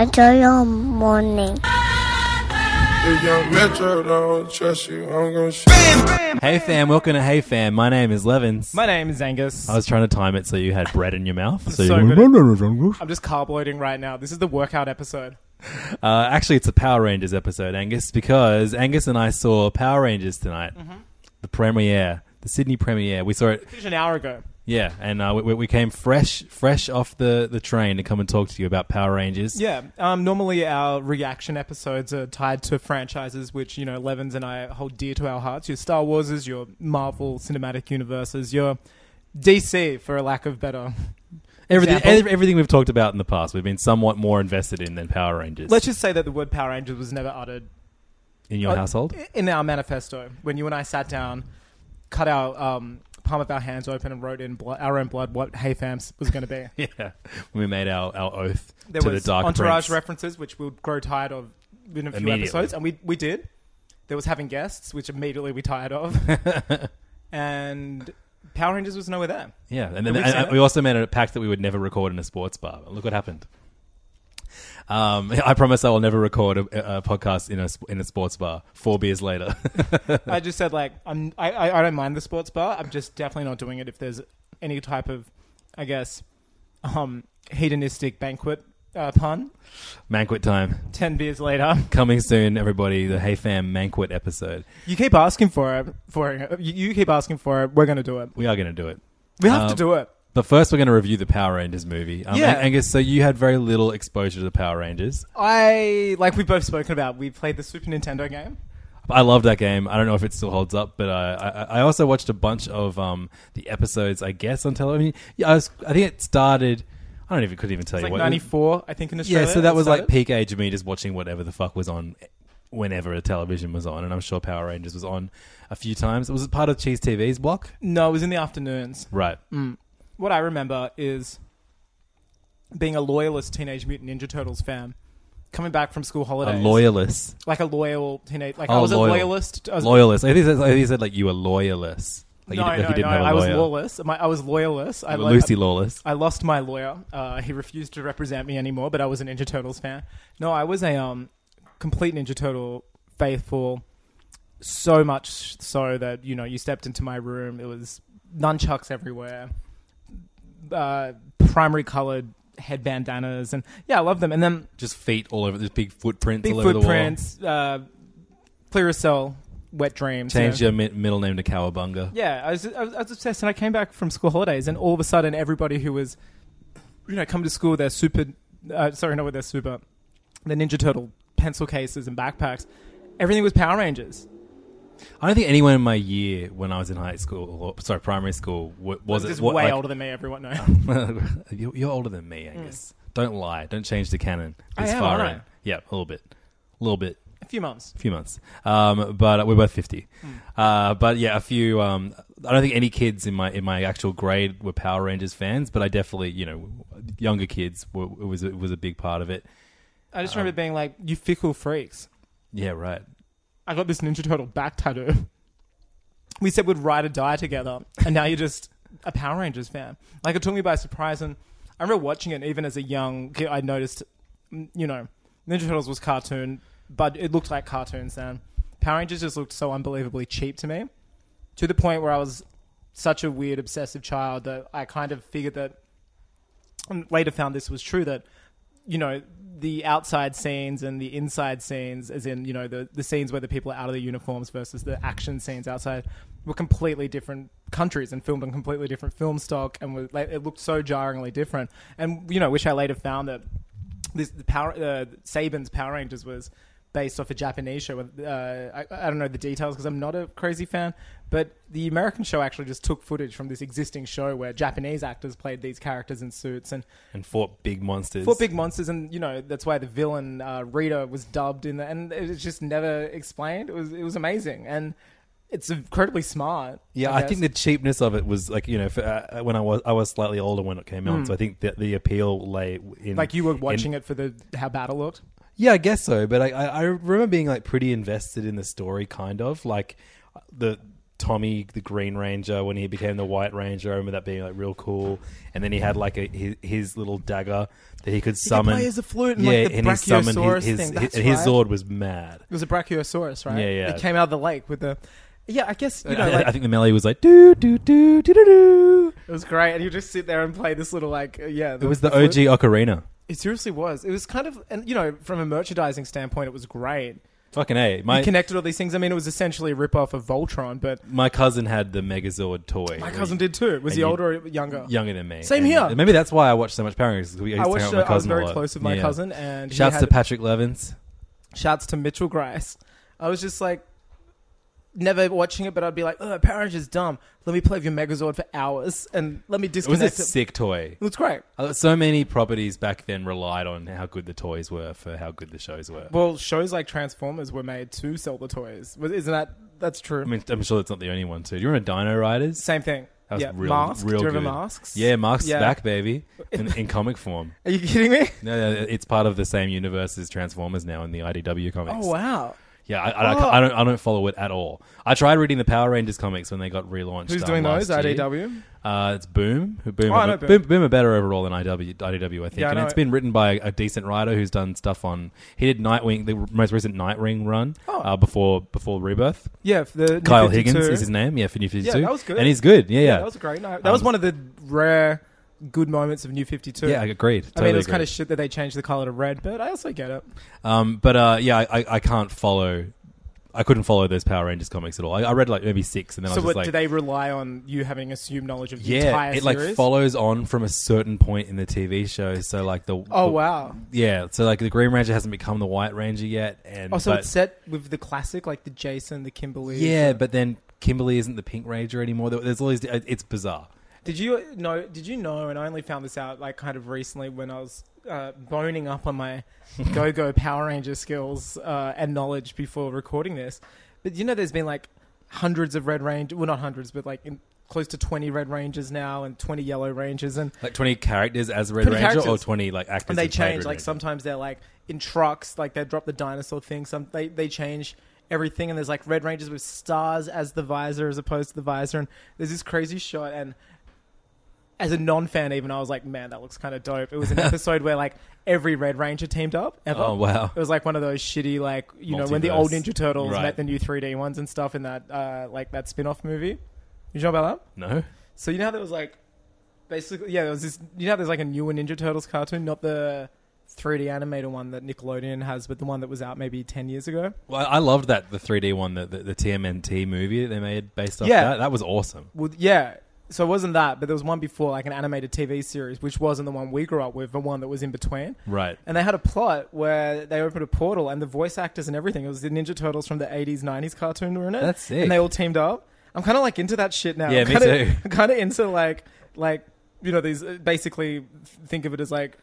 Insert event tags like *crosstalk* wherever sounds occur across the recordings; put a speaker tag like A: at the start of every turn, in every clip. A: Enjoy your morning.
B: If young Metro don't trust you, I'm gonna shoot.
C: Hey fam, welcome to Hey Fam. My name is Levins.
D: My name is Angus.
C: I was trying to time it so you had bread in your mouth. So,
D: So
C: you
D: good
C: went,
D: I'm just carboiding right now. This is the workout episode.
C: uh, actually, it's a Power Rangers episode, Angus, because Angus and I saw Power Rangers tonight,
D: Mm-hmm.
C: the premiere, the Sydney premiere. We saw it,
D: Finished an hour ago.
C: yeah, and uh, we- we, we came fresh, fresh off the, the train to come and talk to you about Power Rangers.
D: Yeah. Um, normally our reaction episodes are tied to franchises which, you know, Levens and I hold dear to our hearts. Your Star Warses, your Marvel Cinematic Universes, your DC, for a lack of better.
C: everything,
D: Example.
C: ev- everything we've talked about in the past, we've been somewhat more invested in than Power Rangers.
D: Let's just say that the word Power Rangers was never uttered
C: in your
D: Uh, *laughs*
C: household,
D: in our manifesto when you and I sat down, cut our um, palm of our hands open and wrote in blood, our own blood what Hey Fams was going to be.
C: yeah, when we made our, our oath
D: there
C: to
D: was
C: the Dark
D: entourage
C: Prince.
D: references, which we'll grow tired of in a few
C: Immediately.
D: episodes, and we we did. There was having guests, which immediately we tired
C: *laughs*
D: of, and Power Rangers was nowhere there.
C: Yeah, and then
D: we
C: and-
D: say
C: and
D: that?
C: we also made a pact that we would never record in a sports bar. Look what happened. Um, *laughs* I promise I will never record a, a podcast in a sp- in a sports bar. Four beers later, *laughs*
D: I just said like I'm I, I I don't mind the sports bar. I'm just definitely not doing it if there's any type of, I guess, um, hedonistic banquet uh, pun.
C: banquet time
D: Ten beers later, *laughs*
C: coming soon, everybody. The Hey Fam banquet episode.
D: you keep asking for it. For it. You, you keep asking for it. We're gonna do it.
C: We are going to do it,
D: We have to
C: Um,
D: do it.
C: but first we're going to review the Power Rangers movie. Um,
D: Yeah.
C: An- Angus. So you had very little exposure to the Power Rangers.
D: I like we've both spoken about. We played the Super Nintendo game.
C: I love that game. I don't know if it still holds up, but uh, I, I also watched a bunch of um, the episodes, I guess, on television. Yeah, I, was, I think it started. I don't even couldn't even tell
D: It's
C: you
D: like
C: what.
D: 94, I think, in Australia.
C: yeah, so that
D: it
C: was like
D: started.
C: peak age of me just watching whatever the fuck was on whenever a television was on, and I'm sure Power Rangers was on a few times. Was it part of Cheese TV's block?
D: No, it was in the afternoons.
C: Right.
D: What I remember is being a loyalist Teenage Mutant Ninja Turtles fan, coming back from school
C: A
D: holidays.
C: loyalist.
D: Like a loyal teenage. Like
C: Oh,
D: I was
C: loyal.
D: a loyalist. I was,
C: Loyalist. I think, it said- I think it said like you were loyalist. Like
D: No,
C: you, like
D: no,
C: you didn't
D: no.
C: have a
D: I was
C: lawyer.
D: lawless. My, I was loyalist. I
C: You were
D: like-
C: Lucy Lawless.
D: I lost my lawyer. Uh, he refused to represent me anymore, but I was a Ninja Turtles fan. No, I was a um, complete Ninja Turtle faithful. So much so that, you know, you stepped into my room. It was nunchucks everywhere, uh, primary colored head bandanas. And yeah, I love them. And then
C: Just feet all over. There's big footprints
D: big
C: all over
D: footprints, uh, clear as cell, wet dreams.
C: the wall. Change
D: you know.
C: your mi- middle name to Cowabunga.
D: Yeah, I was, I was I was obsessed, and I came back from school holidays, and all of a sudden, everybody who was, you know, come to school, with their super, uh, sorry, not with their super, the Ninja Turtle pencil cases and backpacks, everything was Power Rangers.
C: I don't think anyone in my year when I was in high school, or sorry, primary school, w- was
D: This is
C: it what-
D: way
C: like-
D: older than me. Everyone
C: *laughs*
D: knows.
C: You- You're older than me, Angus. Don't lie. Don't change the canon
D: Mm. I
C: this
D: am,
C: far
D: aren't
C: in.
D: I?
C: Yeah, a little bit, a little bit,
D: a few months.
C: a few months. Um, but we're both fifty.
D: Mm.
C: Uh, but yeah, a few. Um, I don't think any kids in my in my actual grade were Power Rangers fans, but I definitely, you know, younger kids were, it was it was a big part of it.
D: I
C: Um,
D: just remember being like, "You fickle freaks!
C: Yeah, right.
D: I got this Ninja Turtle back tattoo." *laughs* We said we'd ride or die together, and now you're just a Power Rangers fan. Like it took me by surprise, and I remember watching it even as a young kid. I noticed, mm, you know, Ninja Turtles was cartoon, but it looked like cartoons then. Power Rangers just looked so unbelievably cheap to me. to the point where I was such a weird obsessive child that I kind of figured that and later found this was true that you know the outside scenes and the inside scenes as in you know the, the scenes where the people are out of their uniforms versus the action scenes outside were completely different countries and filmed on completely different film stock and were, like, it looked so jarringly different and you know which i later found that this the power uh, saban's power rangers was based off a japanese show with, uh, I, I don't know the details because i'm not a crazy fan but the american show actually just took footage from this existing show where japanese actors played these characters in suits and
C: and fought big monsters.
D: Four big monsters, and you know that's why the villain uh, Rita was dubbed in, the, and it was just never explained. It was it was amazing, and it's incredibly smart.
C: Yeah, I,
D: guess.
C: think the cheapness of it was like you know for, uh, when I was I was slightly older when it came out, so I think that the appeal lay in
D: Mm. like you were
C: in-
D: watching it for the how bad it looked.
C: Yeah, I guess so. But I, I, I remember being like pretty invested in the story, kind of like the Tommy the Green Ranger when he became the White Ranger. I remember that being like real cool. And then he had like a, his, his little dagger that he could summon.
D: play as a flute and, like, the Brachiosaurus
C: his
D: thing,
C: his,
D: that's
C: and his
D: right.
C: sword was mad.
D: It was a brachiosaurus, right?
C: Yeah, yeah.
D: It came out of the lake with the. Yeah, I guess
C: *laughs*
D: you know.
C: I,
D: Like,
C: I think the melee was like do do do do do do.
D: it was great, and you just sit there and play this little like uh, yeah.
C: It was the OG Ocarina.
D: It seriously was. It was kind of, and you know, from a merchandising standpoint, it was great.
C: Fucking a my
D: It connected all these things. I mean, it was essentially a rip off of Voltron, but
C: my cousin had the Megazord toy.
D: my cousin did too.
C: and
D: Was he
C: you-
D: older or younger?
C: younger than me.
D: Same
C: And
D: here.
C: Maybe that's why I watched so much Power Rangers. 'cause we used
D: I
C: to hang out
D: watched.
C: with my
D: Uh, I was
C: cousin a
D: very
C: lot.
D: close with my
C: Yeah.
D: cousin, and he
C: Shouts
D: had
C: to Patrick Levins.
D: shouts to Mitchell Grice. I was just like, never watching it, but I'd be like, "Ugh, Power Rangers dumb. Let me play with your Megazord for hours and let me
C: It was
D: disconnect."
C: a sick toy.
D: It was great.
C: Uh, So many properties back then relied on how good the toys were for how good the shows were.
D: Well, shows like Transformers were made to sell the toys. Was- Isn't that that's true?
C: I mean, I'm sure that's not the only one too. Do you remember Dino Riders?
D: Same thing.
C: That was
D: yeah,
C: real,
D: masks.
C: real
D: Do you remember
C: good.
D: masks?
C: Yeah, Masks
D: Yeah.
C: back, baby,
D: *laughs*
C: in, in comic form.
D: Are you
C: *laughs*
D: kidding me?
C: No, no, it's part of the same universe as Transformers now in the IDW comics.
D: Oh wow. Oh.
C: Yeah, I, I, I don't, I don't follow it at all. I tried reading the Power Rangers comics when they got relaunched.
D: Who's
C: um,
D: doing
C: last
D: those?
C: year.
D: IDW.
C: Uh, it's Boom. who- Boom,
D: Oh, I
C: have
D: know
C: a-
D: Boom.
C: Boom. Boom are better overall than IW, IDW, I think.
D: Yeah, I
C: and
D: know
C: it's
D: it.
C: been written by a decent writer who's done stuff on. He did Nightwing, the most recent Nightwing run
D: Oh.
C: uh, before before Rebirth.
D: Yeah, for the New
C: Kyle
D: 52.
C: Higgins is Um, his name. Yeah, for New Fifty Two.
D: that was good.
C: And he's good. Yeah, yeah.
D: That was a great night. That was one of the rare good moments of New Fifty Two.
C: Yeah, I agreed.
D: I mean,
C: Totally
D: it was kind
C: agreed.
D: of shit that they changed the color to red, but I also get it.
C: Um, but uh, yeah, I, I, I can't follow. I couldn't follow those Power Rangers comics at all. I, I read like maybe six, and then I
D: So,
C: was
D: what
C: just like,
D: do they rely on you having assumed knowledge of the
C: yeah,
D: entire
C: it like
D: series?
C: follows on from a certain point in the TV show. So like the
D: oh
C: the-
D: wow!
C: yeah, so like the Green Ranger hasn't become the White Ranger yet, and
D: Oh, so
C: but-
D: it's set with the classic, like the Jason, the Kimberly.
C: Yeah, but then Kimberly isn't the Pink Ranger anymore. There- There's all these. uh, It's bizarre.
D: Did you know? Did you know? And I only found this out like kind of recently when I was uh, boning up
C: *laughs*
D: on my Go Go Power Ranger skills uh, and knowledge before recording this. But you know, there's been like hundreds of Red Ranger. Well, not hundreds, but like in, close to twenty Red Rangers now and twenty Yellow Rangers, and
C: Like 20 characters as Red
D: 20
C: Ranger or
D: characters.
C: 20 like actors.
D: and they
C: who played
D: change
C: Red
D: like
C: Ranger?
D: sometimes they're like in trucks like they drop the dinosaur thing some they, they change everything and there's like red rangers with stars as the visor as opposed to the visor and there's this crazy shot and as a non-fan even i was like man that looks kind of dope it was
C: *laughs*
D: an episode where like every red ranger teamed up ever
C: Oh, wow.
D: it was like one of those shitty like you know when the old
C: Multiverse.
D: ninja turtles
C: Right.
D: met the new 3d ones and stuff in that uh like that spin-off movie you know about that
C: No.
D: so you know how there was like basically yeah, there was this you know how there's like a newer Ninja Turtles cartoon, not the 3D animated one that Nickelodeon has, but the one that was out maybe 10 years ago.
C: Well, I I loved that the 3D one, the, the, the TMNT movie they made based off
D: Yeah.
C: that. That was awesome.
D: Well, yeah. So it wasn't that, but there was one before like an animated TV series which wasn't the one we grew up with, but one that was in between.
C: Right.
D: And they had a plot where they opened a portal and the voice actors and everything, it was the Ninja Turtles from the 80s, 90s cartoon were in it.
C: That's sick.
D: And they all teamed up. I'm kind of like into that shit now.
C: Yeah,
D: I'm
C: me
D: *laughs* kinda,
C: too.
D: I'm kind of into like, like, you know, these uh, basically think of it as like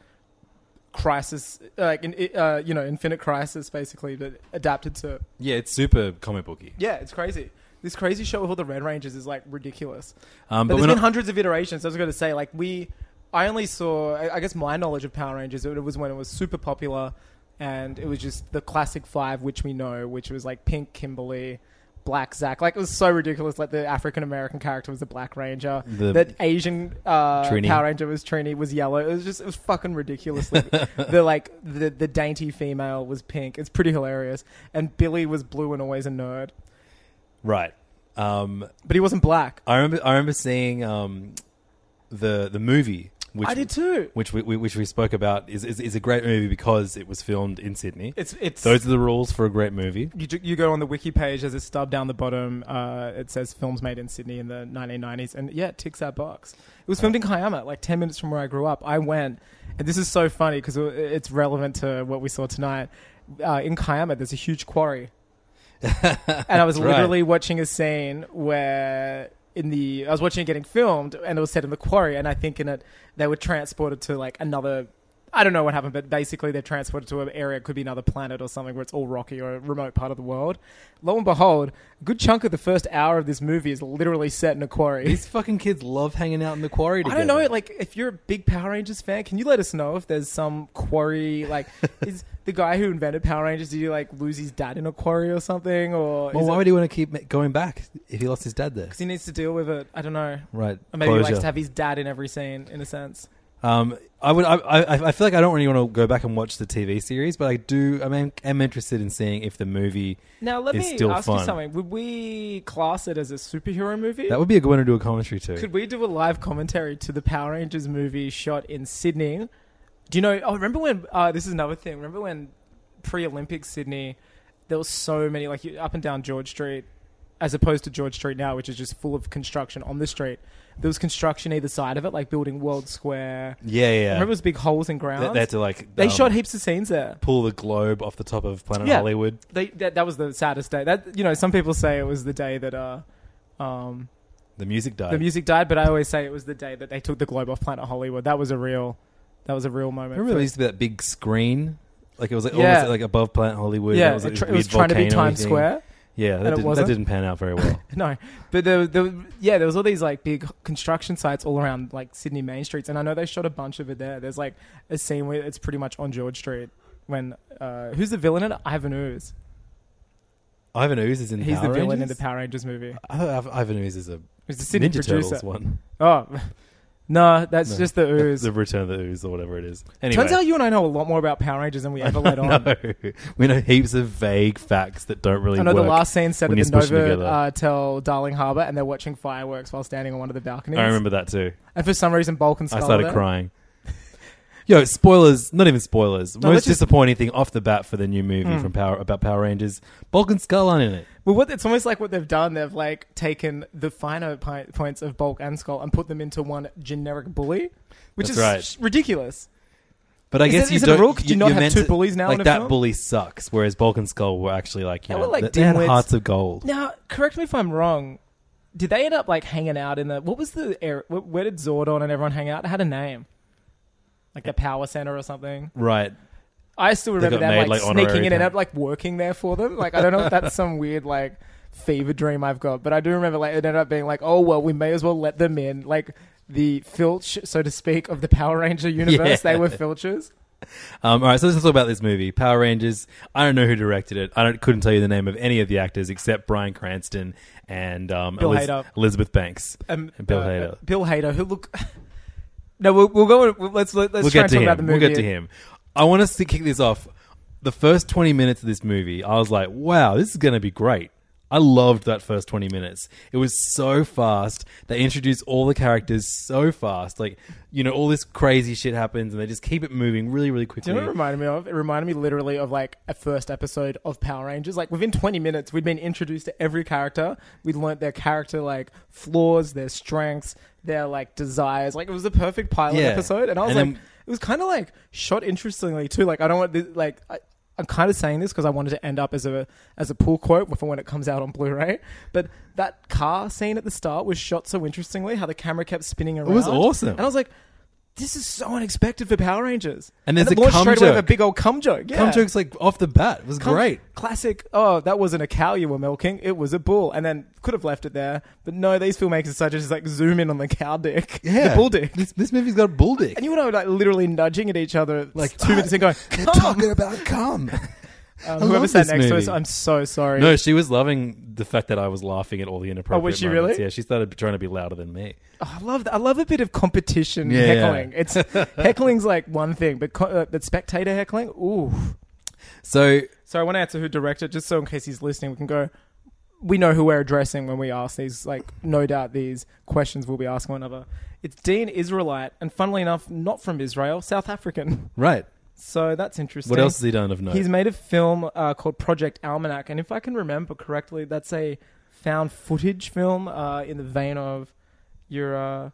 D: crisis, like, in, uh, you know, infinite crisis basically, but adapted to.
C: Yeah, it's super comic booky.
D: Yeah, it's crazy. This crazy show with all the Red Rangers is like ridiculous.
C: Um,
D: But,
C: but
D: there's
C: we're
D: been
C: not.
D: hundreds of iterations. I was going to say, like we, I only saw. I I guess my knowledge of Power Rangers it was when it was super popular, and it was just the classic five, which we know, which was like Pink Kimberly, Black Zack. Like it was so ridiculous. Like the African American character was the Black Ranger.
C: The-
D: that Asian uh,
C: Trini.
D: Power Ranger was Trini. Was yellow. It was just it was fucking ridiculous.
C: *laughs*
D: Like, the like the the dainty female was pink. It's pretty hilarious. And Billy was blue and always a nerd.
C: Right. Um,
D: But he wasn't black.
C: I remember I remember seeing um, the the movie. Which,
D: I did too.
C: Which we, we which we spoke about is, is is a great movie because it was filmed in Sydney.
D: It's it's
C: Those are the rules for a great movie.
D: you, ju- you go on the wiki page as it's stubbed down the bottom. Uh, it says films made in Sydney in the 1990s, and yeah, it ticks that box. It was filmed in Kiama, like 10 minutes from where I grew up. I went, and this is so funny because it's relevant to what we saw tonight. Uh, in Kiama, there's a
C: *laughs*
D: huge quarry, and I was
C: That's right.
D: literally watching a scene where. In the, I was watching it getting filmed, and it was set in the quarry. And I think in it, they were transported to like another I don't know what happened, but basically they're transported to an area, it could be another planet or something where it's all rocky or a remote part of the world. Lo and behold, a good chunk of the first hour of this movie is literally set in a quarry.
C: These fucking kids love hanging out in the quarry.
D: *laughs* I
C: Together.
D: don't know, like, if you're a big Power Rangers fan, can you let us know if there's some quarry,
C: *laughs*
D: like, is the guy who invented Power Rangers, did he, like, lose his dad in a quarry or something? Or
C: Well,
D: is
C: why
D: it-
C: would he want to keep ma- going back if he lost his dad there?
D: 'cause he needs to deal with it. I don't know.
C: Right.
D: Or maybe he
C: Closure.
D: likes to have his dad in every scene, in a sense.
C: Um, I would. I, I. I feel like I don't really want to go back and watch the TV series, but I do. I mean, am interested in seeing if the movie.
D: Now, let
C: It's
D: me
C: still
D: ask
C: fun.
D: you something. Would we class it as a superhero movie?
C: That would be a good one to do a commentary to.
D: Could we do a live commentary to the Power Rangers movie shot in Sydney? Do you know? Oh, remember when? Uh, this is another thing. Remember when pre-Olympic Sydney, there was so many like you- up and down George Street, as opposed to George Street now, which is just full of construction on the street. There was construction either side of it, like building World Square.
C: yeah, yeah.
D: Remember, it was big holes in ground.
C: They, they had to like.
D: They
C: um,
D: shot heaps of scenes there.
C: Pull the globe off the top of Planet
D: Yeah.
C: Hollywood.
D: They, that, that was the saddest day. That you know, some people say it was the day that uh, um,
C: The music died.
D: the music died, but I always say it was the day that they took the globe off Planet Hollywood. That was a real, that was a real moment.
C: Remember,
D: for-
C: there used to be that big screen. Like it was like
D: Yeah.
C: almost like above Planet Hollywood.
D: yeah,
C: and
D: it,
C: like
D: tr- it
C: this
D: was
C: weird
D: trying to be
C: volcano-y
D: Times
C: thing.
D: Square. *laughs*
C: Yeah,
D: it
C: that, did, that
D: wasn't.
C: didn't pan out very well.
D: No, but there, there, yeah, there was all these like big construction sites all around like Sydney main streets, and I know they shot a bunch of it there. There's like a scene where it's pretty much on George Street when uh, who's the villain in it? Ivan Ooze.
C: *laughs* Ivan Ooze is in.
D: He's
C: Power
D: the villain in
C: Rangers?
D: the Power Rangers movie.
C: I thought Iv- Ivan Ooze is a
D: He's the Sydney
C: Ninja
D: producer.
C: Turtles one.
D: Oh. *laughs* No, that's
C: No. *laughs*
D: just the ooze.
C: The Return of the Ooze or whatever it is. Anyway.
D: Turns out you and I know a lot more about Power
C: *laughs*
D: Rangers than we ever let on.
C: no, we know heaps of vague facts that don't really
D: I know
C: work.
D: the last scene set at
C: when
D: the
C: you squish them
D: Nova
C: together.
D: uh, tell Darling Harbour, and they're watching fireworks while standing on one of the balconies.
C: I remember that too.
D: And for some reason, Bulk and Skull
C: I
D: are *laughs*
C: started
D: there.
C: crying. Yo, spoilers! Not even spoilers.
D: let's
C: Most
D: just- Hmm.
C: disappointing thing off the bat for the new movie from Power about Power Rangers. Bulk and Skull aren't in it.
D: Well, what, it's almost like what they've done. They've like taken the finer pi- points of Bulk and Skull and put them into one generic bully, which
C: That's
D: is
C: right.
D: sh- ridiculous.
C: But I
D: Is
C: guess
D: it-
C: you
D: is it a
C: don't.
D: rule? Could you not
C: you're
D: have
C: meant
D: two
C: to-
D: bullies now in
C: Like
D: a
C: that
D: film?
C: bully sucks. Whereas Bulk and Skull were actually like you
D: They
C: know
D: were like
C: they- they had
D: dimwits.
C: hearts of gold.
D: Now, correct me if I'm wrong. Did they end up like hanging out in the what was the air, wh- where did Zordon and everyone hang out? It had a name, like the Power Center or something.
C: Right.
D: I still remember
C: got
D: them
C: made,
D: like,
C: like,
D: sneaking
C: honorary
D: in and
C: pa-
D: out, like working there for them. Like I don't know if
C: *laughs*
D: that's some weird like fever dream I've got, but I do remember like it ended up being like, oh well, we may as well let them in. Like the filch, so to speak, of the
C: *laughs*
D: Power Ranger universe.
C: Yeah.
D: They were filchers.
C: Um, all right, so let's talk about this movie, Power Rangers. I don't know who directed it. I don't, couldn't tell you the name of any of the actors except Brian Cranston and um,
D: Bill Hader.
C: Elizabeth Banks.
D: Um,
C: And Bill
D: uh,
C: Hader.
D: Bill Hader, who look. *laughs* No, we'll, we'll go. We'll, let's let, us let
C: we'll
D: us
C: get
D: try and
C: to
D: talk
C: him.
D: about the movie.
C: We'll get to him. I want us to kick this off. The first twenty minutes of this movie, I was like, "Wow, this is going to be great." I loved that first twenty minutes. It was so fast. They introduced all the characters so fast. Like, you know, all this crazy shit happens, and they just keep it moving really, really
D: Do
C: quickly.
D: you know what it reminded me of? It reminded me literally of like a first episode of Power Rangers. Like within 20 minutes, we'd been introduced to every character. We'd learnt their character like flaws, their strengths, their like desires. Like it was the perfect pilot
C: Yeah.
D: episode. And I was
C: And
D: like,
C: then-
D: it was kind of like shot interestingly too. Like I don't want this, like I, I'm kind of saying this because I wanted to end up as a as a pull quote for when it comes out on Blu-ray. But that car scene at the start was shot so interestingly. How the camera kept spinning around.
C: was awesome.
D: And I was like. This is so unexpected for Power Rangers.
C: And there's
D: it
C: a
D: launched
C: cum
D: straight away with a
C: joke.
D: big old cum joke. Yeah.
C: Cum jokes like off the bat It was
D: Cum-
C: great.
D: Classic. Oh, that wasn't a cow you were milking. It was a bull. And then could have left it there. But no, these filmmakers such as like zoom in on the cow dick. *laughs* The bull dick.
C: This, this movie's got a bull dick.
D: And you and I were like literally nudging at each other like two minutes
C: *laughs*
D: in going, "Come."
C: about *laughs* cum.
D: Um,
C: I
D: whoever
C: love
D: sat
C: this
D: next to us,
C: movie.
D: I'm so sorry.
C: no, she was loving the fact that I was laughing at all the inappropriate.
D: Oh, was she
C: moments.
D: really?
C: Yeah, she started trying to be louder than me.
D: Oh, I love that. I love a bit of competition
C: Yeah,
D: heckling.
C: yeah. *laughs*
D: It's heckling's like one thing, but co- uh, but spectator heckling, ooh.
C: So
D: So I want to answer who directed, just so in case he's listening, we can go. we know who we're addressing when we ask these. Like, no doubt these questions we'll be asking one another. It's Dean Israelite, and funnily enough, not from Israel, South African. *laughs*
C: Right.
D: So that's interesting.
C: What else has he done of note?
D: He's made a film uh, called Project Almanac, and if I can remember correctly, that's a found footage film uh, in the vein of your. Uh,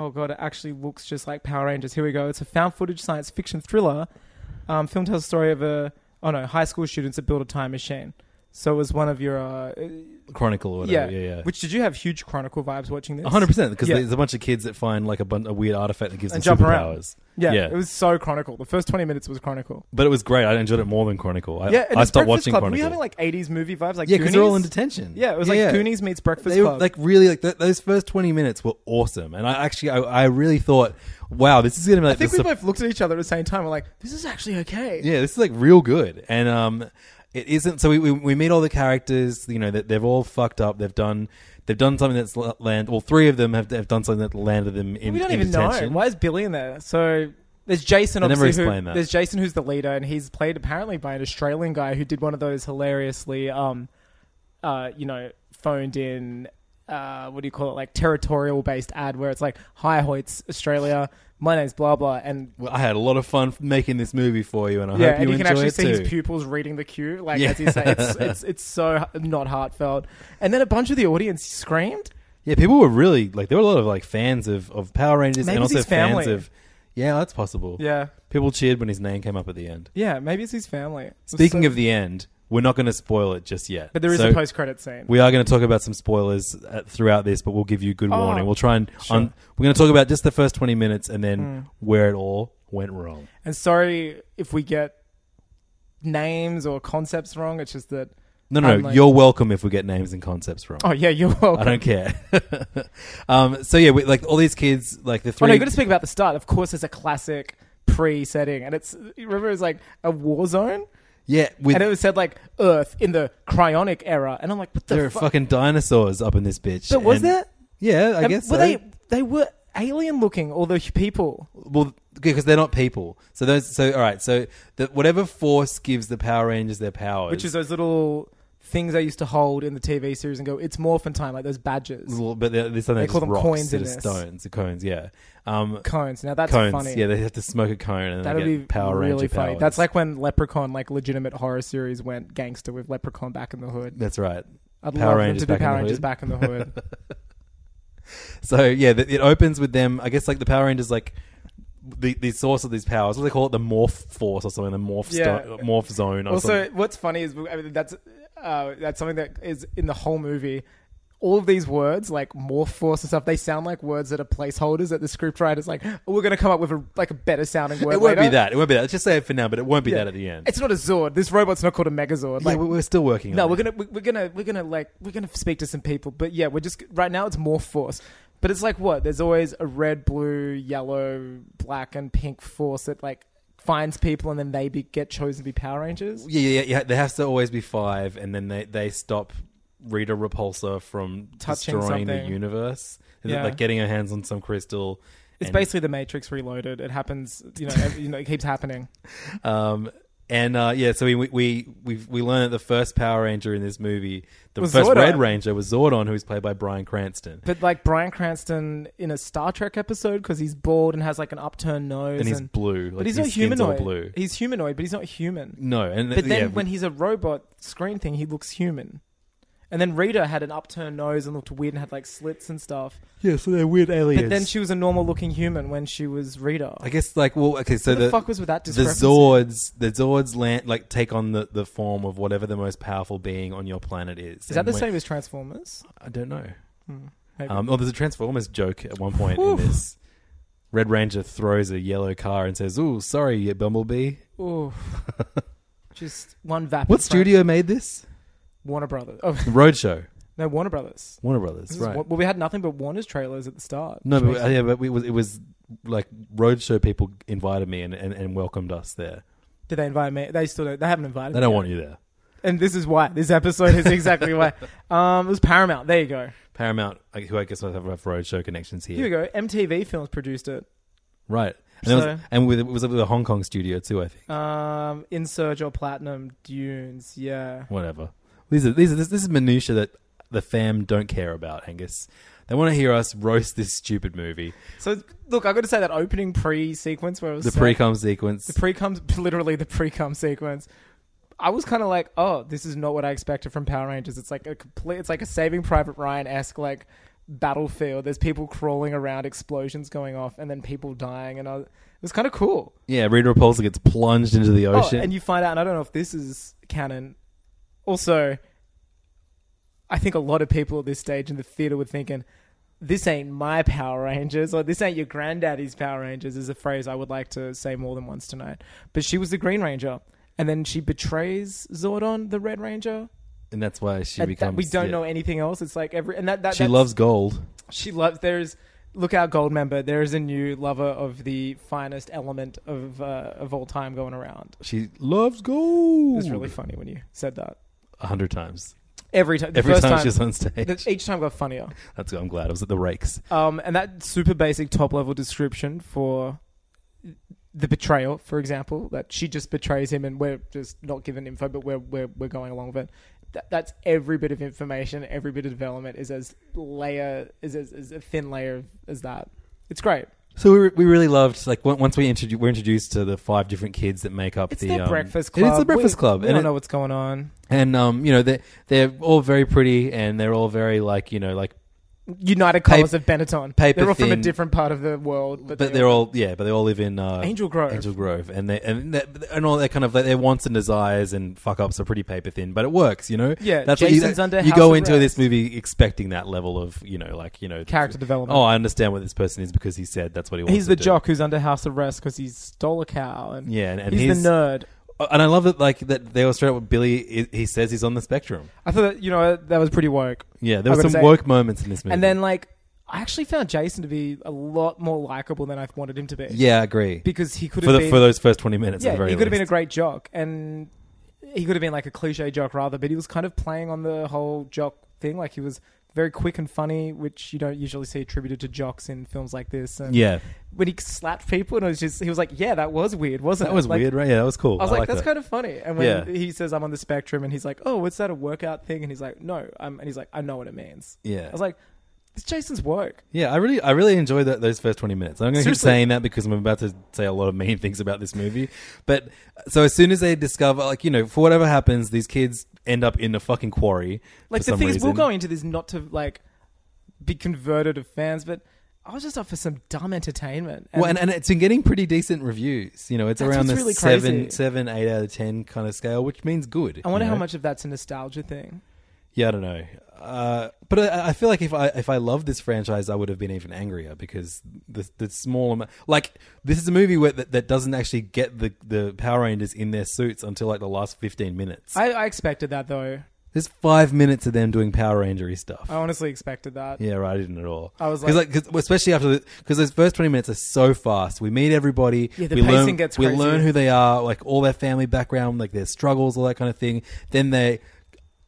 D: oh god, it actually looks just like Power Rangers. Here we go. It's a found footage science fiction thriller. Um, film tells the story of a oh no high school students that build a time machine. So it was one of your uh,
C: Chronicle or
D: yeah,
C: whatever. Yeah, yeah.
D: Which did you have huge Chronicle vibes watching this?
C: 100% because
D: Yeah.
C: there's a bunch of kids that find like a, bun- a weird artifact that gives
D: And
C: them
D: jump around.
C: superpowers.
D: Yeah, it was so Chronicle. The first twenty minutes was Chronicle.
C: but it was great. I enjoyed it more than Chronicle. I,
D: Yeah, and
C: I
D: it's
C: stopped
D: Breakfast
C: watching
D: Club. Were you
C: Chronicle.
D: having like '80s movie vibes? Like
C: yeah, because they're all in
D: Goonies?
C: detention.
D: Yeah, it was like Goonies meets Breakfast
C: They were,
D: Club.
C: Like really, like th- those first twenty minutes were awesome, and I actually, I, I really thought, wow, this is gonna be like
D: I think
C: the
D: we
C: sup-
D: both looked at each other at the same time. We're like, this is actually okay.
C: Yeah, this is like real good. And um it isn't so we, we, we meet all the characters, you know, that they've all fucked up. They've done they've done something that's la- land well three of them have, have done something that landed them in
D: we don't
C: in
D: even
C: detention.
D: know. Why is Billy in there? So there's Jason.
C: They never
D: obviously, who,
C: explain that.
D: There's Jason, who's the leader, and he's played apparently by an Australian guy who did one of those hilariously, um, uh, you know, phoned in. Uh, what do you call it? Like territorial based ad where it's like, "Hi, Hoyts, Australia. My name's blah blah," and
C: Well, I had a lot of fun making this movie for you and I hope
D: yeah,
C: you,
D: and you
C: enjoy
D: can actually
C: it
D: see
C: too.
D: his pupils reading the cue, like
C: Yeah.
D: as he said, it's, *laughs* it's it's so h- not heartfelt. And then a bunch of the audience screamed.
C: yeah, people were really like there were a lot of like fans of, of Power Rangers
D: Maybe
C: and
D: it's
C: also
D: his family.
C: fans of Yeah, that's possible.
D: Yeah,
C: People cheered when his name came up at the end.
D: yeah. Maybe it's his family. It was
C: Speaking
D: so-
C: of the end, we're not going to spoil it just yet.
D: but there is
C: So-
D: a post credit scene.
C: We are going to talk about some spoilers uh, throughout this, but we'll give you good
D: Oh,
C: warning. We'll try and un- we're going to talk about just the first twenty minutes and then
D: Mm.
C: where it all went wrong.
D: and sorry if we get names or concepts wrong. It's just that.
C: No, no, no,
D: Unlike-
C: you're welcome if we get names and concepts wrong.
D: Oh yeah, you're welcome.
C: I don't care. *laughs* um, so yeah, we, like all these kids, like the
D: Oh
C: three.
D: no, you got to speak about the start. Of course, it's a classic pre-setting, and it's remember it's like a war zone,
C: yeah, with
D: and it was said like Earth in the cryonic era, and I'm like, what the
C: there are
D: fuck?
C: fucking dinosaurs up in this bitch.
D: But was
C: and-
D: there?
C: Yeah, I
D: And
C: guess
D: were
C: so.
D: they they were alien looking all the people.
C: well because they're not people. So those. So all right. So the, whatever force gives the Power Rangers their powers,
D: which is those little things I used to hold in the TV series and go, "It's Morphin time," like those badges,
C: Well, but they're, they're, they
D: They call them
C: rocks,
D: coins
C: They're
D: in
C: just
D: this.
C: stones, the cones, yeah. Um,
D: cones. Now that's
C: cones,
D: funny.
C: yeah. They have to smoke a cone and then
D: that
C: they get
D: would be
C: Power
D: really
C: Ranger
D: funny.
C: powers.
D: That's like when Leprechaun, like legitimate horror series, went gangster with Leprechaun back in the hood.
C: that's right.
D: I'd
C: Power
D: love
C: Rangers
D: them
C: Back
D: to be
C: in the
D: Power Rangers
C: Hood.
D: back in
C: *laughs*
D: the hood.
C: So yeah, th- it opens with them. I guess like the Power Rangers, like the the source of these powers. What do they call it? The morph force or something. The morph
D: Yeah.
C: sto- uh, morph zone. Or
D: also,
C: something.
D: what's funny is I mean, that's uh, that's something that is in the whole movie. All of these words, like morph force and stuff, they sound like words that are placeholders. That the scriptwriter's like, oh, we're going to come up with a, like a better sounding word.
C: it won't be
D: later."
C: that. It won't be that. Let's just say it for now, but it won't be
D: Yeah.
C: that at the end.
D: It's not a Zord. This robot's not called a Megazord.
C: yeah,
D: Like,
C: we- we're still working.
D: No,
C: on
D: we're
C: it.
D: gonna we- we're gonna we're gonna like we're gonna speak to some people, but yeah, we're just right now it's more force. But it's like what? There's always a red, blue, yellow, black, and pink force that like finds people, and then they be, get chosen to be Power Rangers.
C: Yeah, yeah, yeah. There has to always be five, and then they, they stop Rita Repulsa from
D: Touching
C: destroying the
D: something.
C: universe. Is
D: Yeah.
C: it like getting her hands on some crystal?
D: It's
C: and,
D: basically the Matrix Reloaded. It happens, you know, every, you know, it keeps happening.
C: um, and uh, yeah. So we we we we've, we learn that the first Power Ranger in this movie, the
D: Was
C: first
D: Zordon.
C: Red Ranger, was Zordon, who was played by Brian Cranston,
D: But like Brian Cranston in a Star Trek episode because he's bald and has like an upturned nose,
C: and he's blue. like,
D: but he's
C: his
D: not
C: skin's all
D: humanoid.
C: Blue.
D: He's humanoid, but he's not human.
C: no, and
D: But then
C: yeah,
D: when he's a robot screen thing, he looks human. And then Rita had an upturned nose and looked weird and had like slits and stuff.
C: yeah, so they're weird aliens.
D: But then she was a normal looking human when she was Rita.
C: I guess like well, okay. So
D: what the, fuck was with that
C: the
D: discrepancy?
C: Zords, the Zords land like take on the, the form of whatever the most powerful being on your planet is.
D: Is that
C: And
D: the
C: when-
D: same as Transformers?
C: I don't know.
D: Maybe.
C: Um, oh, there's a Transformers joke at one point in
D: Oof.
C: this. Red Ranger throws a yellow car and says, "Ooh, sorry, you Bumblebee." *laughs*
D: Oof. Just one vapid.
C: What
D: frame.
C: studio made this?
D: Warner Brothers. Oh,
C: Roadshow,
D: no, Warner Brothers.
C: Warner Brothers,
D: This is
C: right?
D: wa- well, we had nothing but Warner's trailers at the start.
C: no,
D: which
C: but
D: makes-
C: uh, yeah, but we, it was it was like Roadshow people invited me and, and, and welcomed us there.
D: did they invite me? They still don't. They haven't invited.
C: They don't
D: me
C: want
D: yet.
C: you there.
D: And this is why this episode is exactly
C: *laughs*
D: why. Um, it was Paramount. There you go.
C: Paramount, like, who I guess have, have Roadshow connections here,
D: Here we go. MTV Films produced it.
C: right? And, it
D: So-
C: was, and with, it was with a Hong Kong studio too, I think.
D: Um, Insurge or Platinum Dunes. Yeah.
C: Whatever. These are these are this, this is minutia that the fam don't care about, Angus. They want to hear us roast this stupid movie.
D: So look, I got to say that opening pre sequence where it was
C: The
D: set-
C: pre com sequence.
D: the pre cum *laughs* literally the pre cum sequence. I was kind of like, oh, this is not what I expected from Power Rangers. It's like a complete, it's like a Saving Private Ryan esque like battlefield. There's people crawling around, explosions going off, and then people dying, and I, it was kind of cool.
C: yeah, Rita Repulsa gets plunged into the
D: Oh,
C: ocean.
D: and you find out, and I don't know if this is canon. Also, I think a lot of people at this stage in the theater were thinking, "This ain't my Power Rangers," or "This ain't your granddaddy's Power Rangers." Is a phrase I would like to say more than once tonight. But she was the Green Ranger, and then she betrays Zordon, the Red Ranger.
C: And that's why she
D: And that-
C: becomes.
D: we don't
C: yeah.
D: know anything else. It's like every and that, that
C: She
D: that's-
C: loves gold.
D: she loves. There is look out, gold member. There is a new lover of the finest element of uh, of all time going around.
C: She loves
D: It
C: gold.
D: was really funny when you said that.
C: a hundred times.
D: Every time, the
C: Every
D: first
C: time,
D: time,
C: she's on stage.
D: the- each time got funnier.
C: That's good. I'm glad. I was at the rakes.
D: Um, and that super basic top level description for the betrayal, for example, that she just betrays him, and we're just not given info, but we're we're we're going along with it. That, that's every bit of information, every bit of development is as layer is as, as a thin layer of- as that. It's great.
C: So we, we really loved like on- once we introdu- we're introduced to the five different kids that make up
D: It's
C: the
D: the,
C: um,
D: breakfast
C: it is
D: club.
C: the breakfast
D: we,
C: club,
D: We
C: and
D: don't
C: it-
D: know what's going on.
C: and um you know they they're all very pretty and they're all very like you know like
D: United
C: Pap-
D: Colors of Benetton.
C: paper
D: They're all from a
C: thin-
D: different part of the world, but,
C: but they're all yeah but they all live in uh,
D: Angel Grove.
C: Angel Grove and they and they, and all their kind of like their wants and desires and fuck ups are pretty paper thin but it works you know
D: Yeah,
C: what you,
D: Jason's under
C: you
D: house
C: go into
D: arrest.
C: this movie expecting that level of you know like you know
D: character development.
C: oh I understand what this person is because he said that's what he wants
D: He's the
C: to do.
D: jock who's under house arrest because he stole a cow, and
C: yeah and, and
D: he's, the nerd.
C: and I love that like that they were straight up with Billy he he says he's on the spectrum
D: I thought that, you know that was pretty woke.
C: Yeah, there
D: I
C: were some
D: gotta say-
C: woke moments in this movie.
D: And then like I actually found Jason to be a lot more likable than I wanted him to be.
C: yeah, I agree.
D: because he could
C: For
D: have
C: the,
D: been
C: for those first twenty minutes, at
D: yeah
C: the very
D: he could have been a
C: least.
D: great jock, and he could have been like a cliche jock rather, but he was kind of playing on the whole jock thing. Like he was very quick and funny, which you don't usually see attributed to jocks in films like this. And *laughs*
C: yeah,
D: when he slapped people, and it was just he was like, "Yeah, that was weird, wasn't
C: that
D: it?"
C: was
D: Like,
C: weird, right? Yeah, that was cool.
D: I was like, that's
C: that.
D: kind of funny. And when
C: Yeah.
D: he says I'm on the spectrum, and he's like, oh, what's that a workout thing? And he's like, no, I'm, and he's like, I know what it means.
C: yeah.
D: I was like, it's Jason's work.
C: yeah, I really, I really enjoyed that, those first twenty minutes. I'm going to keep
D: Seriously.
C: saying that because I'm about to say a lot of mean things about this movie. But uh, so as soon as they discover, like you know, for whatever happens, these kids end up in a fucking quarry.
D: Like
C: for
D: the
C: some
D: thing is, we'll
C: reason.
D: go into this not to like be converted of fans, but I was just up for some dumb entertainment.
C: well, and, and it's been getting pretty decent reviews. You know, it's
D: That's
C: around the
D: what's really
C: seven,
D: crazy.
C: seven, eight out of ten kind of scale, which means good.
D: I wonder
C: you
D: how
C: know?
D: much of that's a nostalgia thing.
C: Yeah, I don't know. Uh, but I, I feel like if I if I loved this franchise, I would have been even angrier because the the small amount, like this is a movie where that, that doesn't actually get the, the Power Rangers in their suits until like the last fifteen minutes.
D: I, I expected that though.
C: There's five minutes of them doing Power Rangery stuff.
D: I honestly expected that.
C: Yeah, right. I didn't at all.
D: I was
C: Cause
D: like-
C: 'cause- especially after the because those first twenty minutes are so fast. We meet everybody.
D: Yeah, the
C: we
D: pacing
C: learn,
D: gets
C: We
D: crazy.
C: learn who they are, like all their family background, like their struggles, all that kind of thing. Then they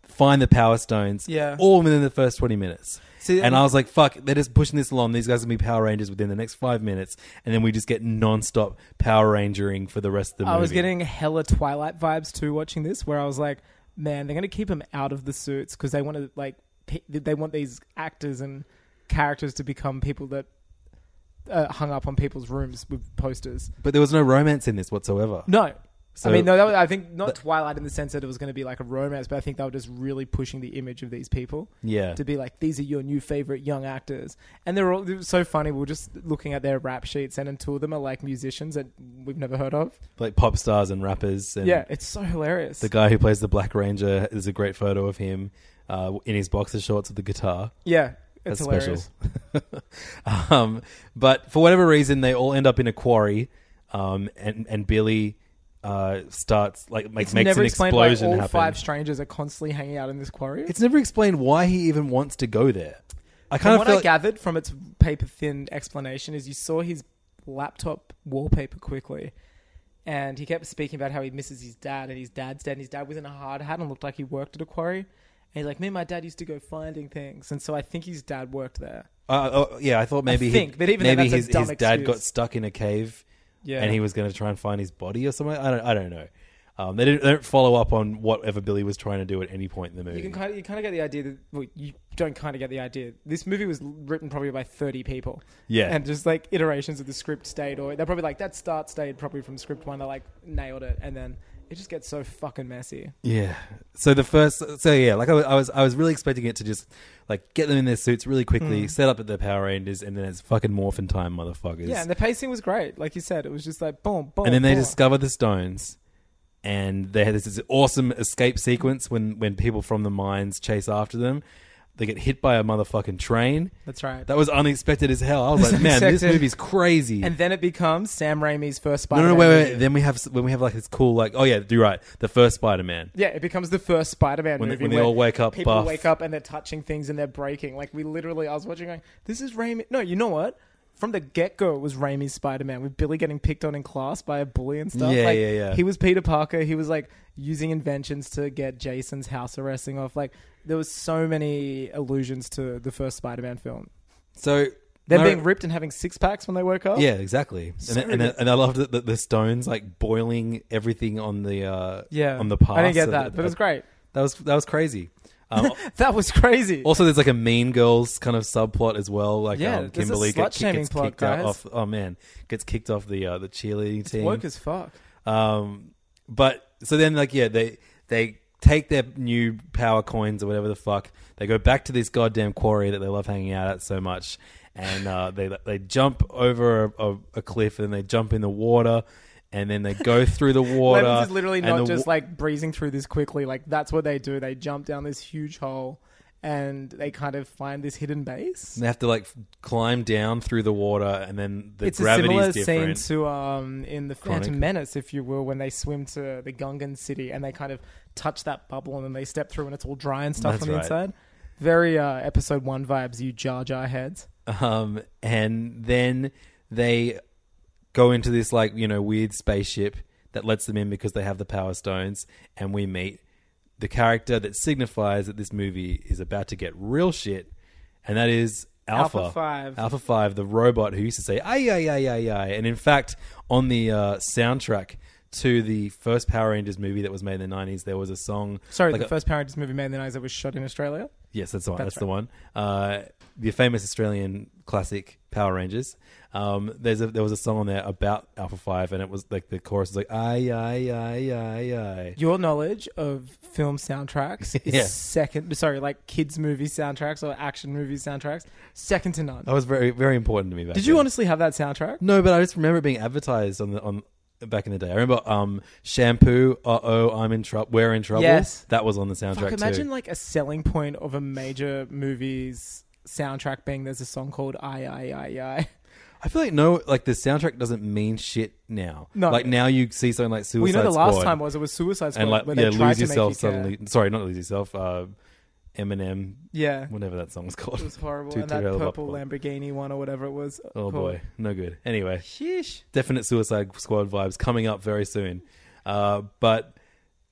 C: find the power stones.
D: Yeah.
C: all within the first twenty minutes.
D: See,
C: and
D: and-
C: I was like, "Fuck!" They're just pushing this along. These guys will be Power Rangers within the next five minutes, and then we just get non-stop Power Rangering for the rest of the movie.
D: I was getting hella Twilight vibes too watching this, where I was like, man, they're gonna keep him out of the suits because they want to like p- they want these actors and characters to become people that uh, hung up on people's rooms with posters.
C: but there was no romance in this whatsoever.
D: No.
C: So-
D: I mean, no, that was, I think not Twilight in the sense that it was going to be like a romance, but I think they were just really pushing the image of these people
C: Yeah,
D: to be like, these are your new favorite young actors. And they're all they were so funny. We were just looking at their rap sheets, and then two of them are like musicians that we've never heard of.
C: like pop stars and rappers. And
D: yeah, it's so hilarious.
C: The guy who plays the Black Ranger is a great photo of him uh, in his boxer shorts with the guitar.
D: Yeah,
C: That's
D: it's hilarious.
C: special. *laughs* um, but for whatever reason, they all end up in a quarry, um, and and Billy uh, starts like make,
D: It's
C: makes
D: never
C: an
D: explained why
C: explosion
D: all
C: happen.
D: five strangers are constantly hanging out in this quarry.
C: it's never explained why he even wants to go there. I kind
D: From
C: of
D: what
C: feel
D: I
C: like-
D: gathered from its paper thin explanation is you saw his laptop wallpaper quickly, and he kept speaking about how he misses his dad and his dad's dead. And his dad was in a hard hat and looked like he worked at a quarry. And he's like, me and my dad used to go finding things, and so I think his dad worked there.
C: uh, oh, yeah, I thought maybe he-
D: think, but even then,
C: maybe
D: that's a
C: his,
D: dumb
C: his dad
D: excuse.
C: got stuck in a cave
D: Yeah,
C: and he was going to try and find his body or something. I don't, I don't know. Um, they, didn't, they don't follow up on whatever Billy was trying to do at any point in the movie.
D: You can kind of you kind of get the idea that well, you don't kind of get the idea. This movie was written probably by thirty people.
C: Yeah.
D: and just like iterations of the script stayed, or they're probably like that start stayed probably from script one. They like nailed it, and then it just gets so fucking messy.
C: Yeah. So the first, so yeah, like I, wa- I was, I was really expecting it to just like get them in their suits really
D: Mm.
C: quickly, set up at the Power Rangers, and then it's fucking morphin time, motherfuckers.
D: Yeah, and the pacing was great. Like you said, it was just like boom, boom.
C: and then they
D: boom.
C: discover the stones, and they had this, this awesome escape sequence when when people from the mines chase after them. They get hit by a motherfucking train.
D: That's right.
C: That was unexpected as hell. I
D: *laughs*
C: was like, man, this
D: Unexpected.
C: movie's crazy.
D: and then it becomes Sam Raimi's first
C: no,
D: Spider.
C: no, no, wait, wait. wait. Then we have s- when we have like this cool, like, oh yeah, you're right, the first Spider Man.
D: Yeah, it becomes the first Spider-Man
C: When they-
D: movie
C: when they
D: where
C: all wake up
D: People
C: buff.
D: wake up and they're touching things and they're breaking. Like we literally, I was watching, going, "This is Raimi." No, you know what? From the get-go, it was Raimi's Spider-Man with Billy getting picked on in class by a bully and stuff.
C: Yeah,
D: like,
C: yeah, yeah.
D: He was Peter Parker. He was like using inventions to get Jason's house arresting off. Like there was so many allusions to the first Spider-Man film.
C: So
D: Them
C: my-
D: being ripped and having six packs when they woke up.
C: Yeah, exactly. And and, and, and I loved that the, the stones like boiling everything on the uh,
D: yeah.
C: on the path.
D: I didn't get
C: of
D: that,
C: the-
D: but it was great.
C: That was that was crazy. Um, *laughs*
D: That was crazy.
C: also, there's like a Mean Girls kind of subplot as well. Like
D: Yeah,
C: um,
D: there's a
C: Kimberly get-
D: slut-shaming
C: gets
D: plot,
C: kicked out
D: guys.
C: off. Oh man, gets kicked off the uh, the cheerleading team.
D: Woke as fuck.
C: Um, but so then, like, yeah, they they take their new power coins or whatever the fuck. They go back to this goddamn quarry that they love hanging out at so much, and uh, they they jump over a, a, a cliff and they jump in the water, and then they go through
D: *laughs*
C: the water.
D: Lemons is literally
C: and
D: not
C: the
D: just
C: wa-
D: like breezing through this quickly. Like that's what they do. They jump down this huge hole and they kind of find this hidden base.
C: They have to like climb down through the water, and then the
D: it's a
C: gravity's
D: similar
C: different.
D: scene to um in the Phantom
C: Chronic.
D: Menace, if you will, when they swim to the Gungan city and they kind of touch that bubble and then they step through and it's all dry and stuff
C: That's
D: on the
C: right.
D: inside. Very uh, episode one vibes, you Jar Jar heads.
C: um, and then they go into this like you know weird spaceship that lets them in because they have the power stones, and we meet the character that signifies that this movie is about to get real shit, and that is. Alpha,
D: Alpha Five.
C: Alpha Five, the robot who used to say "ay ay ay ay ay," and in fact, on the uh, soundtrack to the first Power Rangers movie that was made in the nineties, there was a song.
D: Sorry,
C: like
D: the
C: a-
D: first Power Rangers movie made in the nineties that was shot in Australia.
C: Yes, that's the one. That's, the one. Uh, the famous Australian classic Power Rangers. Um, there's a, there was a song on there about Alpha Five, and it was like the chorus was like "Aye, aye, aye, aye, aye."
D: Your knowledge of
C: *laughs*
D: film soundtracks is
C: Yeah.
D: second. Sorry, like kids' movie soundtracks or action movie soundtracks, second to none.
C: That was very very important to me. Back
D: Did you
C: then.
D: honestly have that soundtrack?
C: No, but I just remember it being advertised on the on back in the day. I remember um, shampoo. Uh oh, I'm in trouble. We're in trouble.
D: Yes.
C: that was on the soundtrack
D: Fuck,
C: too.
D: imagine like a selling point of a major movie's soundtrack being there's a song called I I I *laughs* I.
C: I feel like no, like the soundtrack doesn't mean shit now.
D: No.
C: like now you see something like Suicide
D: Well, you know the last
C: Squad.
D: time was it was Suicide Squad
C: and like
D: where
C: yeah,
D: they tried
C: lose
D: to make
C: yourself
D: you care.
C: suddenly. Sorry, not lose yourself. Uh, Eminem,
D: Yeah,
C: whatever that song's called.
D: it was horrible.
C: Two-
D: and that
C: two-
D: purple Lamborghini one or whatever it was.
C: Oh boy, no good. Anyway,
D: Sheesh.
C: definite Suicide Squad vibes coming up very soon. Uh, but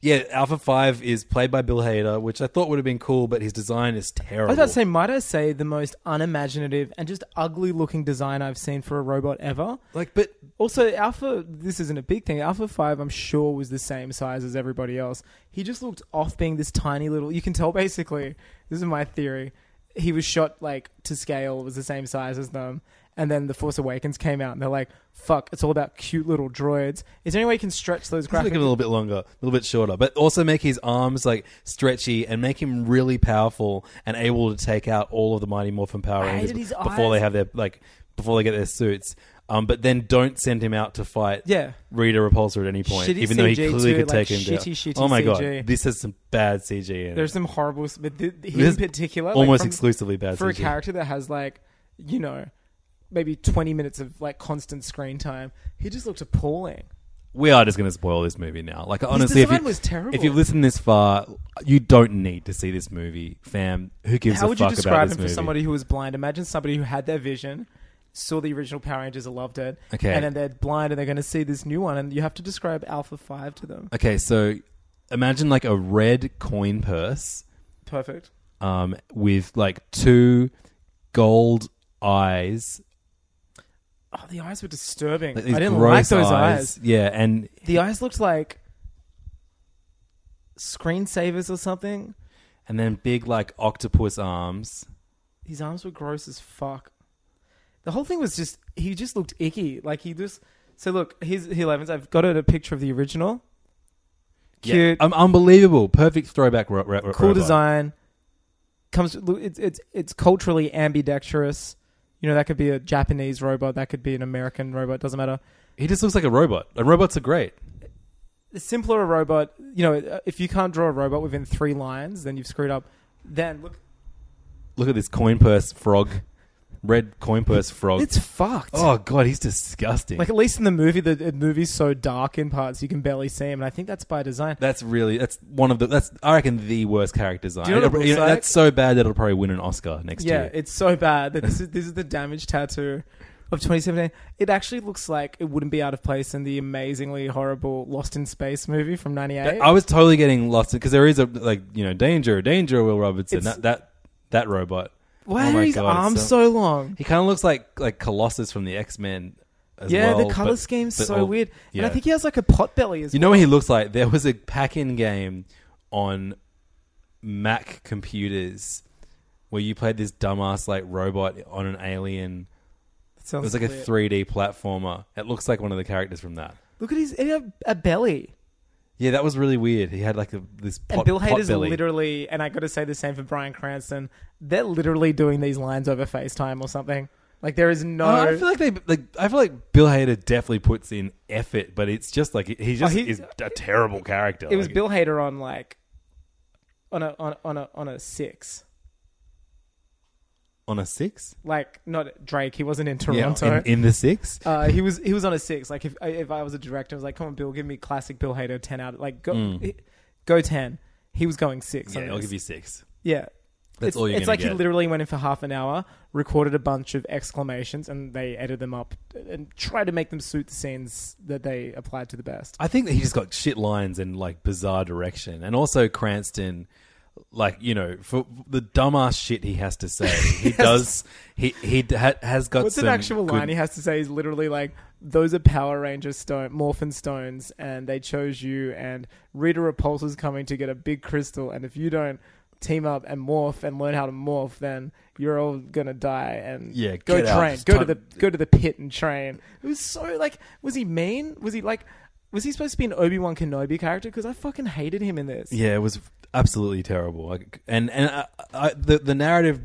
C: yeah, Alpha Five is played by Bill Hader, which I thought would have been cool, but his design is terrible.
D: I was about to say, might I say the most unimaginative and just ugly looking design I've seen for a robot ever?
C: like, but
D: Also, Alpha, this isn't a big thing. Alpha 5, I'm sure, was the same size as everybody else. He just looked off being this tiny little. You can tell, basically, this is my theory. He was shot like to scale, was the same size as them. And then The Force Awakens came out, and they're like, fuck, it's all about cute little droids. Is there any way you can stretch those
C: Let's make him
D: graphics?
C: a little bit longer, a little bit shorter, but also make his arms like stretchy and make him really powerful and able to take out all of the Mighty Morphin Power
D: I
C: Rangers
D: hated his
C: before they
D: eyes.
C: have their like before they get their suits. Um, but then don't send him out to fight
D: Yeah.
C: Rita Repulsa at any point,
D: Shitty
C: even though he
D: CG
C: clearly
D: too,
C: could take
D: like
C: him down.
D: shitty, shitty
C: oh my
D: CG.
C: god, this has some bad CG. In it.
D: There's some horrible. s- But th- he
C: This
D: in
C: is
D: particular. like,
C: almost
D: from-
C: exclusively bad
D: For a
C: CG.
D: character that has, like, you know, maybe 20 minutes of like constant screen time, he just looked appalling.
C: we are just going to spoil this movie now. Like honestly, if
D: design
C: you,
D: was terrible.
C: If you've listened this far, you don't need to see this movie, fam. Who gives
D: How
C: a
D: would you
C: fuck about
D: describe
C: this
D: him for
C: movie?
D: somebody who was blind? Imagine somebody who had their vision, saw the original Power Rangers and loved it,
C: Okay.
D: and then they're blind and they're going to see this new one, and you have to describe Alpha Five to them.
C: Okay, so imagine like a red coin purse
D: Perfect.
C: um, with like two gold eyes.
D: Oh, the eyes were disturbing.
C: like,
D: I
C: these
D: didn't like
C: gross
D: those eyes.
C: Yeah, and
D: The eyes looked like screensavers or something.
C: and then big like octopus arms.
D: His arms were gross as fuck. The whole thing was just he just looked icky. Like he just so look, here's here Evans. I've got a picture of the original.
C: Yeah.
D: Cute,
C: Um, unbelievable, perfect throwback. Ro- ro- ro-
D: cool
C: robot.
D: design. Comes look, it's it's it's culturally ambidextrous. You know that could be a Japanese robot, that could be an American robot. Doesn't matter.
C: He just looks like a robot. And robots are great.
D: the simpler a robot, you know, uh, if you can't draw a robot within three lines, then you've screwed up. Then look,
C: Look at this coin purse frog, red coin purse frog.
D: it's fucked.
C: oh god, he's disgusting.
D: Like at least in the movie, the, the movie's so dark in parts you can barely see him, and I think that's by design.
C: that's really that's one of the that's I reckon the worst character design.
D: Do you know what
C: It-
D: it
C: you know,
D: looks like?
C: that's so bad that it'll probably win an Oscar next
D: yeah,
C: year.
D: it's so bad that
C: *laughs*
D: this is this is the damage tattoo of 2017. It actually looks like it wouldn't be out of place in the amazingly horrible Lost in Space movie from '98.
C: I was totally getting lost because there is a like you know danger, danger, Will Robertson.
D: It's-
C: That, that that robot.
D: Why
C: Oh my
D: are his
C: God, it's
D: arms
C: so-
D: so long?
C: He kind of looks like like Colossus from the X Men.
D: Yeah,
C: well,
D: the color
C: but-
D: scheme's
C: but
D: so
C: all-
D: weird,
C: yeah.
D: and I think he has like a pot belly as
C: You know what he looks like? There was a pack in game on Mac computers where you played this dumbass like robot on an alien. It
D: Sounds
C: was like a
D: weird.
C: 3D platformer. It looks like one of the characters from that.
D: Look at his he had a belly.
C: Yeah, that was really weird. He had like a, this pot,
D: and Bill
C: pot
D: Hader's
C: belly.
D: literally, and I got to say the same for Brian Cranston. They're literally doing these lines over FaceTime or something. Like there is no.
C: Oh, I feel like they like. I feel like Bill Hader definitely puts in effort, but it's just like he just
D: Oh, he-
C: is a terrible character.
D: it was
C: Like,
D: Bill Hader on like on a on a- on a on a six.
C: on a six.
D: Like not Drake. He wasn't in
C: Yeah,
D: Toronto.
C: in, in the six.
D: uh, he was he was on a six. Like if I- if I was a director, I was like, come on, Bill, give me classic Bill Hader ten out. of Like go go ten. He was going six.
C: Mm. yeah,
D: on
C: I'll
D: this.
C: give you six.
D: Yeah.
C: That's
D: it's,
C: all you're
D: It's
C: gonna
D: like he
C: get.
D: literally went in for half an hour, recorded a bunch of exclamations, and they edited them up and tried to make them suit the scenes that they applied to the best.
C: I think that he just got shit lines and like bizarre direction, and also Cranston, like you know, for the dumbass shit he has to
D: *laughs*
C: say, he does. He he d- ha- has got.
D: What's an
C: some
D: actual
C: good-
D: line he has to say? Is literally like, "Those are Power Ranger stone, Morphin stones, and they chose you." And Rita Repulsa's coming to get a big crystal, and if you don't team up and morph and learn how to morph, then you're all gonna die. And
C: Yeah,
D: go
C: get out.
D: train,
C: It's
D: go to
C: time-
D: the go to the pit and train. It was so like, was he mean? Was he like? Was he supposed to be an Obi Wan Kenobi character? Because I fucking hated him in this.
C: Yeah, it was absolutely terrible. Like, and and I, I, the the narrative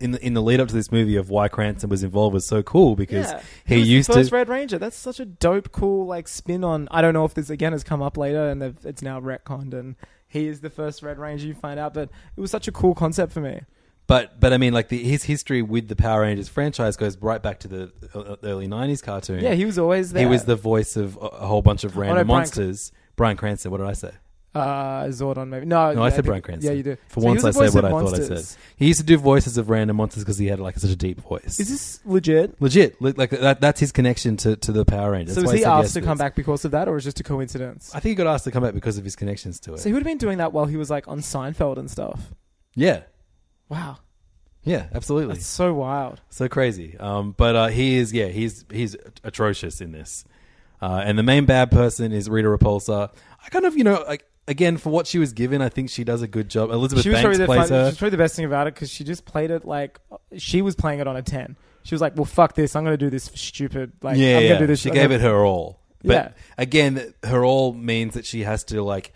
C: in the, in the lead up to this movie of why Cranston was involved was so cool because
D: Yeah.
C: he,
D: was the
C: used
D: first
C: to.
D: Red Ranger. That's such a dope, cool like spin on. I don't know if this again has come up later and they've- it's now retconned and he is the first Red Ranger. You find out, but it was such a cool concept for me.
C: But but I mean, like the, his history with the Power Rangers franchise goes right back to the uh, early '90s cartoon.
D: Yeah, he was always there.
C: He was the voice of a, a whole bunch of random
D: Oh, Brian-
C: monsters. Brian Cranston. What did I say?
D: uh, Zordon. Maybe no,
C: No, I said
D: think-
C: Brian Cranston.
D: Yeah, you did.
C: For
D: So he
C: once, I
D: was the
C: said
D: voice
C: what I
D: of
C: thought I
D: monsters.
C: said. He used to do voices of random monsters because he had like such a deep voice.
D: Is this legit?
C: legit? Li- Like that, that's his connection to, to the Power Rangers.
D: so
C: That's
D: was
C: why
D: he
C: said
D: asked
C: yes
D: to
C: this.
D: come back because of that, or is it just a coincidence?
C: I think he got asked to come back because of his connections to it.
D: so he would have been doing that while he was like on Seinfeld and stuff.
C: yeah,
D: Wow,
C: yeah, absolutely.
D: that's so wild.
C: So crazy. Um, but uh, he is, yeah, he's he's atrocious in this. Uh, and the main bad person is Rita Repulsa. I kind of, you know, like again for what she was given, I think she does a good job. Elizabeth
D: she was
C: Banks
D: probably the
C: plays
D: fun,
C: her.
D: She was probably the best thing about it because she just played it like she was playing it on a ten. She was like, "Well, fuck this! I'm going to do this stupid. Like,
C: yeah,
D: I'm
C: yeah.
D: going to do this."
C: She
D: I'm
C: gave
D: gonna-
C: it her all. But
D: Yeah.
C: again, her all means that she has to like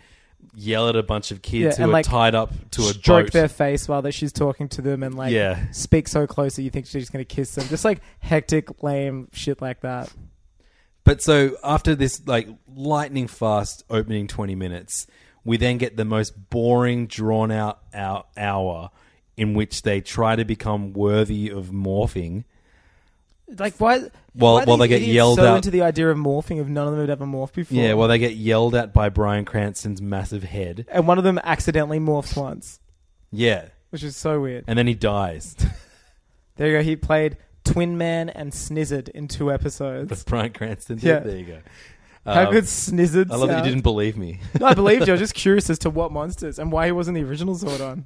C: yell at a bunch of kids
D: Yeah,
C: who
D: and,
C: are
D: like,
C: tied up to a
D: stroke
C: boat.
D: their face while that she's talking to them and like
C: Yeah.
D: speak so close that you think she's going to kiss them. Just like hectic, lame shit like that.
C: But so after this like lightning fast opening 20 minutes, we then get the most boring drawn out ou- hour in which they try to become worthy of morphing.
D: Like why?
C: Well-
D: why are
C: well, they
D: these
C: get
D: idiots
C: yelled
D: so
C: at.
D: into the idea of morphing if none of them had ever morphed before.
C: Yeah, well they get yelled at by Brian Cranston's massive head.
D: and one of them accidentally morphs once,
C: Yeah.
D: which is so weird.
C: And then he dies. *laughs*
D: There you go. He played Twin Man and Snizzard in two episodes.
C: That's Brian Cranston. did.
D: Yeah.
C: There you go.
D: How
C: Um,
D: good snizzards!
C: I love that you didn't believe me. *laughs*
D: no, I believed you. I was just curious as to what monsters and why he wasn't the original Zordon.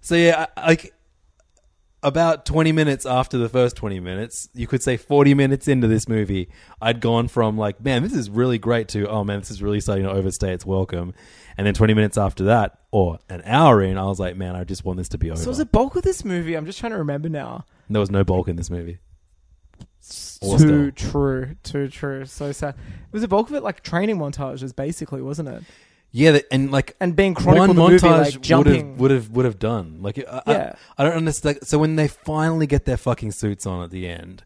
C: So yeah, I, like about 20 minutes after the first 20 minutes, you could say 40 minutes into this movie, I'd gone from like, man, this is really great to, oh man, this is really starting to overstay its welcome. And then 20 minutes after that, or an hour in, I was like, man, I just want this to be over.
D: So was the bulk of this movie? I'm just trying to remember now.
C: there was no bulk in this movie. Or
D: Too
C: still.
D: true, too true. So sad. It was the bulk of it like training montages, basically, wasn't it?
C: Yeah, that, and like
D: And being chronicled
C: one
D: the movie,
C: montage
D: like,
C: would
D: jumping.
C: have would have would have done. Like, I, I-
D: Yeah.
C: I, don't understand. So when they finally get their fucking suits on at the end,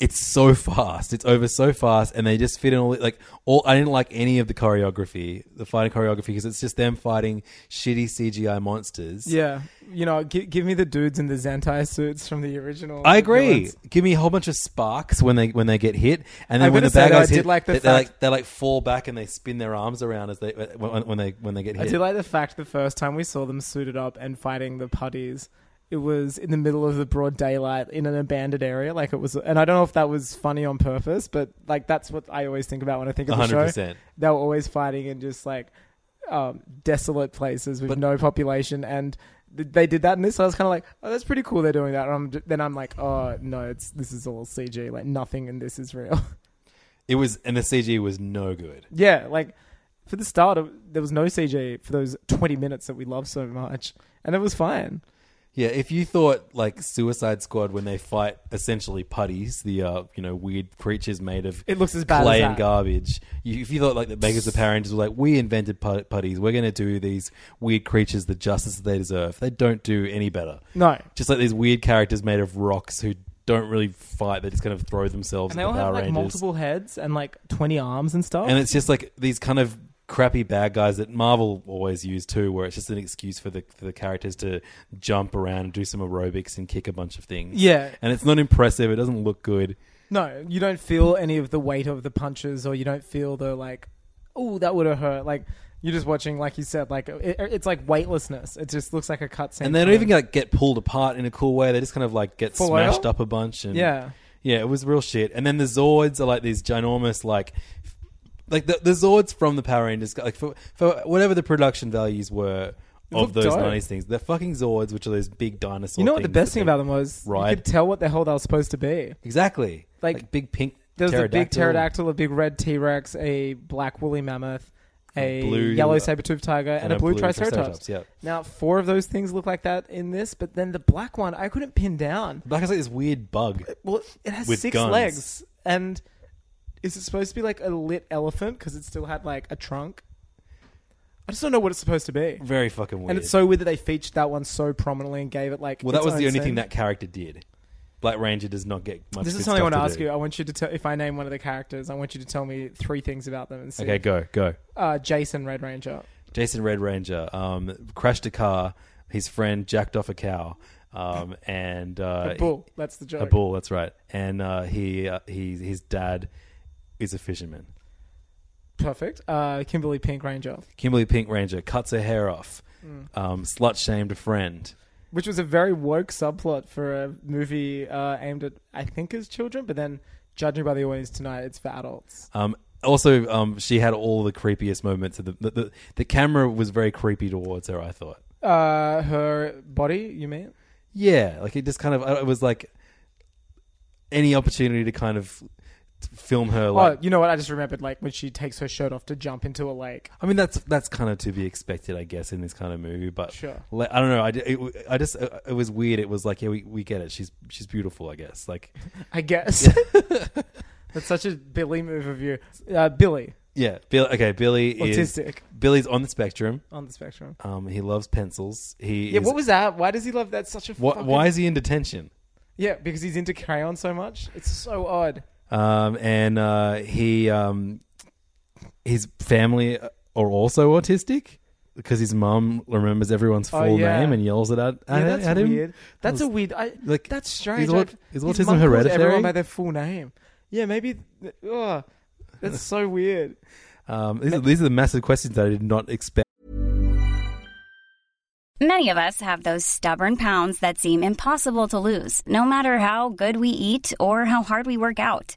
C: it's so fast. It's over so fast, and they just fit in all the- like all. I didn't like any of the choreography, the fighting choreography, because it's just them fighting shitty CGI monsters.
D: Yeah, you know, give, give me the dudes in the Zentai suits from the original.
C: I agree.
D: villains.
C: Give me a whole bunch of sparks when they when they get hit, and then
D: I'm
C: when
D: gonna
C: the bad
D: say that I
C: guys
D: did
C: hit,
D: like the
C: they, they
D: fact-
C: like they like fall back and they spin their arms around as they when, when they when they get
D: I
C: hit.
D: do like the fact the first time we saw them suited up and fighting the putties, it was in the middle of the broad daylight in an abandoned area. Like it was, and I don't know if that was funny on purpose, but like that's what I always think about when I think of the show.
C: 100%.
D: They were always fighting in just like um, desolate places with
C: But-
D: no population, and th- they did that in this. So I was kind of like, oh, that's pretty cool. They're doing that. And I'm, j- then I'm like, oh no, it's this is all CG. Like nothing in this is real. *laughs*
C: It was, and the CG was no good.
D: Yeah, like for the start, it- there was no CG for those 20 minutes that we love so much, and it was fine.
C: Yeah, if you thought like Suicide Squad when they fight essentially putties, the uh, you know weird creatures made of
D: It looks as bad
C: clay
D: as
C: and
D: that.
C: garbage. You, if you thought like the makers of Power Rangers were like, we invented put- putties, we're going to do these weird creatures the justice that they deserve. They don't do any better.
D: No.
C: just like these weird characters made of rocks who don't really fight; they just kind of throw themselves.
D: And
C: at
D: they all
C: the
D: have
C: Power
D: like
C: Rangers.
D: multiple heads and like 20 arms and stuff.
C: And it's just like these kind of crappy bad guys that Marvel always use too, where it's just an excuse for the for the characters to jump around and do some aerobics and kick a bunch of things.
D: Yeah.
C: And it's not impressive, it doesn't look good.
D: no, you don't feel any of the weight of the punches, or you don't feel the like, oh, that would have hurt. Like you're just watching, like you said, like it, it's like weightlessness. It just looks like a cutscene.
C: And they don't
D: from-
C: even like get pulled apart in a cool way. They just kind of like get
D: Full
C: smashed
D: out?
C: up a bunch and
D: Yeah.
C: Yeah, it was real shit. And then the Zords are like these ginormous like like the, the Zords from the Power Rangers like for for whatever the production values were of
D: looked
C: those
D: dope.
C: 90s things. The fucking Zords, which are those big dinosaur
D: You know what the
C: things
D: best
C: that
D: thing
C: they-
D: about them was? You
C: ride.
D: could tell what the hell they were supposed to be.
C: Exactly.
D: Like-
C: Like, big pink.
D: There was a big
C: pterodactyl.
D: pterodactyl, a big red T Rex, a black woolly mammoth, a
C: Blue-
D: yellow saber toothed tiger, and, a, blue, triceratops.
C: yep.
D: Now, four of those things look like that in this, but then the black one I couldn't pin down.
C: Black is like this weird bug.
D: Well, it has
C: With
D: six
C: guns.
D: legs, and is it supposed to be like a lit elephant because it still had like a trunk? I just don't know what it's supposed to be.
C: Very fucking weird.
D: And it's so weird that they featured that one so prominently and gave it like.
C: well, that
D: its
C: was
D: own
C: the only
D: scene.
C: thing that character did. Black Ranger does not get much.
D: This is
C: good
D: something I want
C: stuff
D: to ask
C: do.
D: you. I want you to tell if I name one of the characters. I want you to tell me three things about them and see.
C: Okay, go go.
D: uh, Jason Red Ranger.
C: Jason Red Ranger um, crashed a car. His friend jacked off a cow,
D: *laughs*
C: um, and uh,
D: A bull. That's the joke.
C: A bull. That's right. And uh, he uh, he his dad is a fisherman.
D: Perfect. Uh, Kimberly Pink Ranger,
C: Kimberly Pink Ranger cuts her hair off.
D: Mm.
C: Um, slut shamed a friend.
D: which was a very woke subplot for a movie uh, aimed at, I think, as children, but then judging by the audience tonight, it's for adults.
C: Um, also, um, she had all the creepiest moments. Of the, the, the the camera was very creepy towards her. I thought.
D: Uh, her body, you mean?
C: Yeah, like it just kind of it was like any opportunity to kind of film her. Like,
D: oh, you know what? I just remembered, like, when she takes her shirt off to jump into a lake.
C: I mean, that's that's kind of to be expected, I guess, in this kind of movie. But
D: Sure.
C: like, I don't know. I, di- it, w- I just uh, it was weird. It was like, yeah, we, we get it. She's she's beautiful, I guess. Like,
D: I guess. *laughs* That's such a Billy move of you. Uh, Billy,
C: yeah, Bill. Okay, Billy is
D: autistic
C: Billy's on the spectrum.
D: on the spectrum.
C: Um, he loves pencils. He
D: Yeah,
C: is,
D: what was that? Why does he love that? Such a
C: wh-
D: fucking-
C: why is he in detention?
D: Yeah, because he's into crayon so much. It's so odd.
C: um, and uh, he um, his family are also autistic because his mum remembers everyone's full
D: Oh, yeah.
C: name and yells it out at,
D: Yeah,
C: at
D: that's
C: him.
D: weird. That's
C: That
D: a weird. I,
C: like,
D: like that's strange.
C: is au-
D: I-
C: is
D: his
C: autism
D: mum calls
C: hereditary?
D: Everyone by their full name. Yeah, maybe. th- Oh, that's so weird.
C: Um, these, are, these are the massive questions that I did not expect.
E: Many of us have those stubborn pounds that seem impossible to lose, no matter how good we eat or how hard we work out.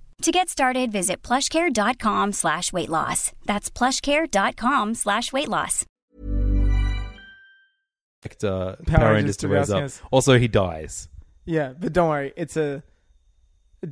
E: To get started, visit plushcare.com slash weight loss. That's plushcare.com slash weight loss.
C: expect, uh, Power, Rangers
D: Power Rangers
C: to
D: to
C: raise up.
D: Rasmus.
C: Also, he dies.
D: Yeah, but don't worry, it's a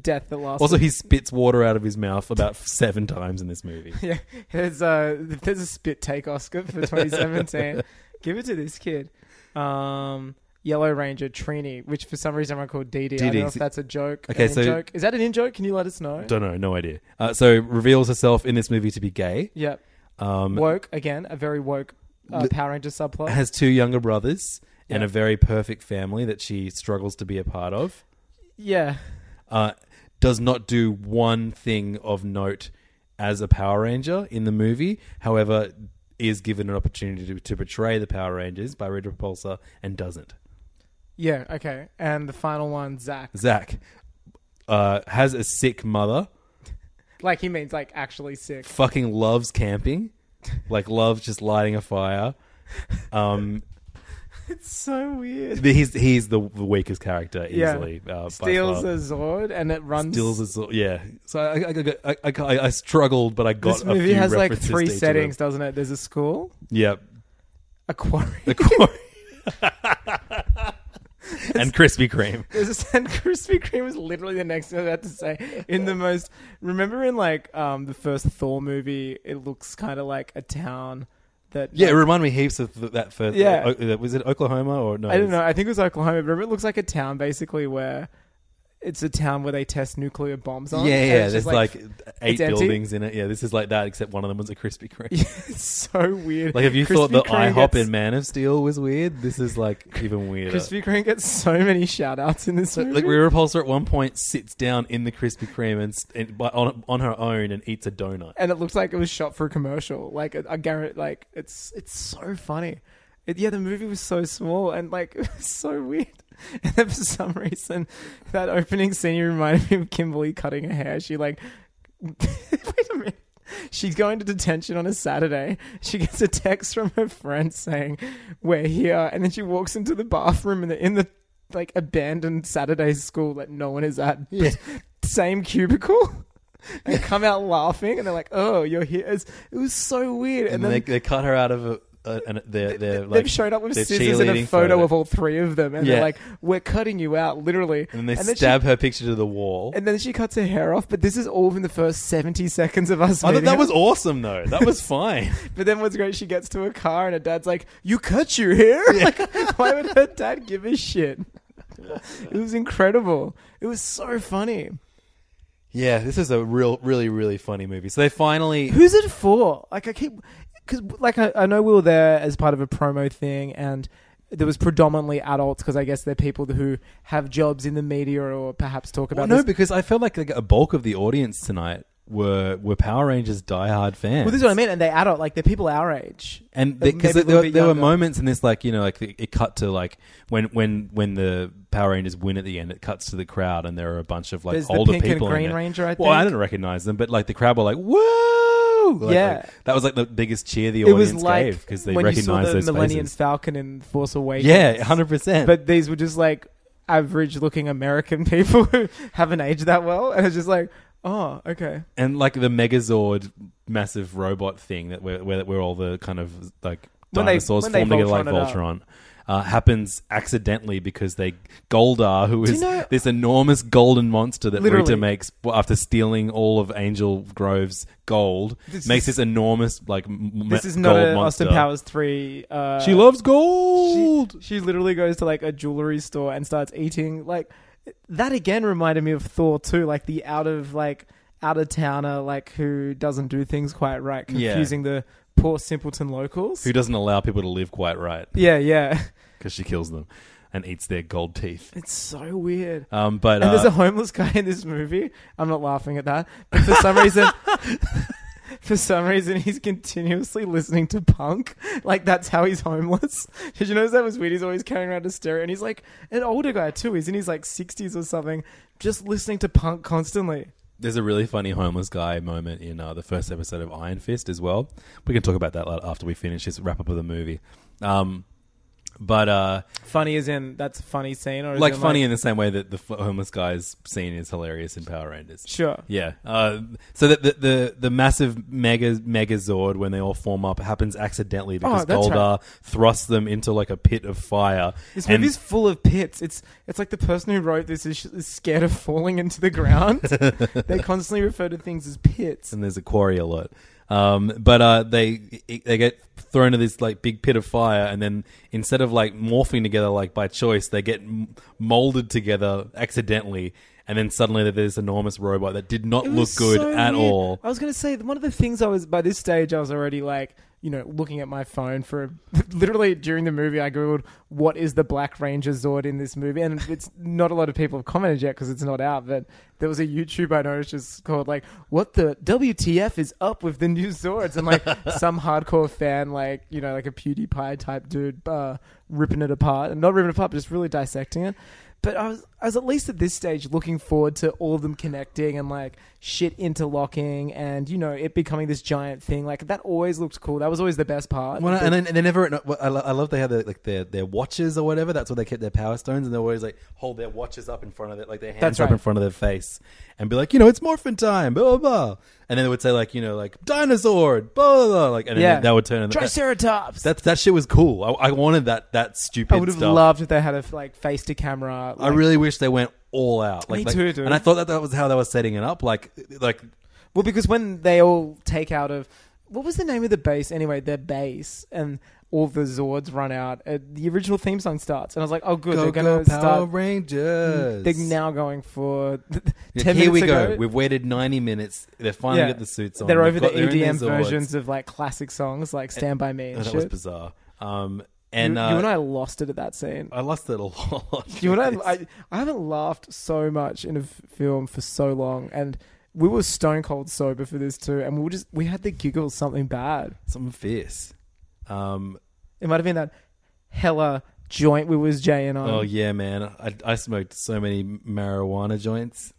D: death that lasts.
C: Also, he spits water out of his mouth about *laughs* seven times in this movie. *laughs*
D: *laughs* yeah, there's a there's a spit take Oscar
C: *laughs*
D: for 2017. Give it to this kid. Um, Yellow Ranger Trini, which for some reason everyone called DD. I don't
C: DD.
D: know if that's a joke.
C: Okay,
D: an
C: so-
D: in-joke. is that an in joke? Can you let us know?
C: Don't know, no idea. Uh, so reveals herself in this movie to be gay.
D: Yep.
C: Um,
D: woke again, a very woke uh, Power Ranger subplot.
C: has two younger brothers and
D: Yeah.
C: a very perfect family that she struggles to be a part of.
D: yeah,
C: Uh, does not do one thing of note as a Power Ranger in the movie. However, is given an opportunity to, to portray the Power Rangers by Rita Repulsa and doesn't.
D: yeah, okay. And the final one, Zach.
C: Zach uh, has a sick mother,
D: Like he means like actually sick.
C: fucking loves camping, like loves just lighting a fire.
D: *laughs*
C: Um,
D: So weird.
C: he's he's the, the weakest character
D: Yeah.
C: easily. Uh, by
D: Steals
C: far.
D: a Zord and it runs.
C: Steals a sort- yeah. So I, I, I, got- I, I, got- I struggled, but I got
D: this
C: a
D: movie
C: few
D: has like
C: references
D: three
C: to each of
D: settings,
C: them.
D: doesn't it? There's a school, *laughs*
C: Yep.
D: a quarry, *laughs*
C: The quarry. *laughs* and Krispy Kreme.
D: There's a, and Krispy Kreme is literally the next thing I was about to say. In the most, remember in like um, the first Thor movie, it looks kind of like a town that.
C: Yeah, it reminded me heaps of th- that first.
D: Yeah.
C: O- uh, was it Oklahoma or no?
D: I don't
C: it's-
D: know. I think it was Oklahoma. But remember, it looks like a town basically where it's a town where they test nuclear bombs on.
C: Yeah,
D: and
C: yeah.
D: it's
C: There's
D: just,
C: like, eight
D: it's empty.
C: buildings in it. Yeah, this is like that, except one of them was a Krispy Kreme.
D: it's *laughs* so
C: *laughs*
D: weird.
C: Like, if you
D: Krispy
C: thought the
D: Kreme
C: IHOP
D: gets-
C: in Man of Steel was weird, this is like even weirder.
D: Krispy Kreme gets so many shout outs in this
C: So,
D: movie.
C: like Rhea Repulsa at one point sits down in the Krispy Kreme and, s- and by, on on her own and eats a donut.
D: and it looks like it was shot for a commercial. Like I guarantee, like it's it's so funny. It, yeah, the movie was so small and like *laughs* it was so weird. And then for some reason, that opening scene reminded me of Kimberly cutting her hair. She like, *laughs* wait a minute. She's going to detention on a Saturday. She gets a text from her friend saying, "We're here," and then she walks into the bathroom in the in the like abandoned Saturday school that no one
C: *laughs*
D: is at. *laughs* Same cubicle. *laughs* And come out laughing, and they're like, "Oh, you're here!" It's, it was so weird.
C: And,
D: *laughs* And, then
C: they, they cut her out of a, a, an they're, they're
D: they've
C: like
D: showed up with
C: their
D: scissors and a
C: cheerleading
D: photo, of all three of them, and
C: Yeah.
D: they're like, "We're cutting you out," literally.
C: and then they
D: then she-
C: stab her picture to the wall.
D: and then she cuts her hair off, but this is all within the first 70 seconds of us.
C: I thought
D: meeting
C: Oh, that
D: her.
C: was awesome though. That
D: *laughs*
C: was fine.
D: But then what's great, she gets to her car and her dad's like, You cut your hair? Like, why would her dad give a shit? It was incredible. It was so funny.
C: yeah, this is a real, really, really funny movie. So they finally
D: Who's it for? Like, I keep. Because, like, I, I know we were there as part of a promo thing and. There was predominantly adults because I guess they're people who have jobs in the media or perhaps talk
C: well,
D: about.
C: no,
D: this.
C: because I felt like, like a bulk of the audience tonight were were Power Rangers diehard fans.
D: well, this is what I mean, and they adult like they're people our age.
C: and
D: Maybe
C: because
D: a
C: there,
D: little
C: there,
D: bit
C: there were
D: younger.
C: moments in this like you know like it, it cut to like when when when the power rangers win at the end it cuts to the crowd and there are a bunch of like
D: There's the
C: older
D: pink and
C: people in
D: green
C: it.
D: ranger, I
C: well i
D: think.
C: didn't recognize them but like the crowd were like whoa Like,
D: Yeah.
C: like, that was like the biggest cheer the
D: It was
C: audience gave
D: like
C: because they
D: when you
C: recognized
D: saw the
C: those
D: Millennium
C: faces
D: Falcon in Force Awakens.
C: yeah 100%
D: *laughs* but these were just like average looking American *laughs* people who haven't aged that well. And it's just like, oh, okay.
C: and like the megazord massive robot thing that we're, where, where all the kind of like
D: When they-
C: dinosaurs
D: when they
C: form together like
D: Voltron
C: Voltron. Uh, happens accidentally because they Goldar, who
D: you
C: is
D: know-
C: this enormous golden monster that
D: Literally.
C: Rita makes after stealing all of Angel Grove's gold,
D: This
C: makes
D: is-
C: this enormous like m-
D: This
C: m-
D: is not
C: gold
D: a
C: monster.
D: Austin Powers three. Uh,
C: She loves
D: she,
C: gold.
D: she literally goes to like a jewelry store and starts eating like that again reminded me of Thor too, like the out of like out of towner like who doesn't do things quite right,
C: Yeah.
D: confusing the poor simpleton locals.
C: who doesn't allow people to live quite right
D: yeah, yeah,
C: because she kills them and eats their gold teeth.
D: it's so weird.
C: Um, but
D: and
C: uh,
D: there's a homeless guy in this movie. I'm not laughing at that, but for some reason. *laughs* For some reason, he's continuously listening to punk. Like that's how he's homeless. *laughs* Did you notice that was weird? He's always carrying around a stereo, and he's like an older guy too. He's in his like sixties or something, just listening to punk constantly.
C: There's a really funny homeless guy moment in uh, the first episode of Iron Fist as well. We can talk about that la- after we finish this wrap up of the movie. Um, but uh,
D: Funny as in that's a funny scene, or
C: like funny in the same way that the f- homeless guy's scene is hilarious in Power Rangers.
D: Sure.
C: Yeah. Uh, so that the, the the massive mega megazord when they all form up happens accidentally because
D: Oh, that's right.
C: Goldar thrusts them into like a pit of fire.
D: This
C: and-
D: movie's full of pits. It's it's like the person who wrote this is, is scared of falling into
C: *laughs*
D: the ground. they constantly refer to things as pits.
C: and there's a quarry a lot. Um, but uh, they they get thrown into this like big pit of fire, and then instead of like morphing together like by choice, they get m- molded together accidentally, and then suddenly they're this enormous robot that did not
D: It
C: look
D: was
C: good
D: so
C: at
D: weird.
C: all.
D: I was going to say one of the things I was by this stage I was already like you know looking at my phone for *laughs* literally during the movie I googled what is the Black Ranger Zord in this movie and it's not a lot of people have commented yet because it's not out but there was a YouTube I noticed just called like what the WTF is up with the new Zords and
C: *laughs*
D: like some hardcore fan like you know like a PewDiePie type dude uh, ripping it apart and not ripping it apart but just really dissecting it. But I was, I was at least at this stage looking forward to all of them connecting and like shit interlocking and you know it becoming this giant thing. Like that always looked cool. That was always the best part.
C: Well, and then and they never. I lo- I love they had their, like their, their watches or whatever. That's where they kept their power stones, and they always like hold their watches up in front of their like their hands
D: That's
C: up in
D: right.
C: front of their face, and be like, you know, it's morphin time, blah blah. blah. And then they would say like, you know, like dinosaur, blah blah, blah. like, and then
D: yeah,
C: that would turn.
D: Triceratops.
C: *laughs* That that shit was cool. I, I wanted that that stupid.
D: I would have
C: stuff.
D: loved if they had a like face to camera.
C: I
D: Like,
C: really wish they went all out. Like,
D: Me
C: like-
D: too, dude.
C: And I thought that that was how they were setting it up. Like like
D: well because when they all take out of what was the name of the base anyway? Their base and all the Zords run out. Uh, the original theme song starts and I was like, oh good,
C: go
D: they're gonna
C: go Power
D: start.
C: Rangers.
D: They're now going for *laughs*
C: Yeah,
D: ten
C: here
D: minutes
C: we
D: ago.
C: go. We've waited ninety minutes. They finally got the suits on.
D: They're
C: They've
D: over
C: got-
D: the
C: they're in their
D: EDM
C: Zords.
D: versions of like classic songs like "Stand by Me"
C: Oh, *laughs*
D: and
C: that
D: shit.
C: was bizarre. Um,
D: You-
C: and
D: you,
C: uh, Oh,
D: and I lost it at that scene.
C: I lost it a *laughs* lot.
D: *laughs* you and I, I, I haven't laughed so much in a f- film for so long, and we were stone cold sober for this too, and we were just we had the giggles something bad.
C: Something fierce. Um,
D: It might have been that hella joint we was Jay and I.
C: oh yeah, man. I, I smoked so many marijuana joints.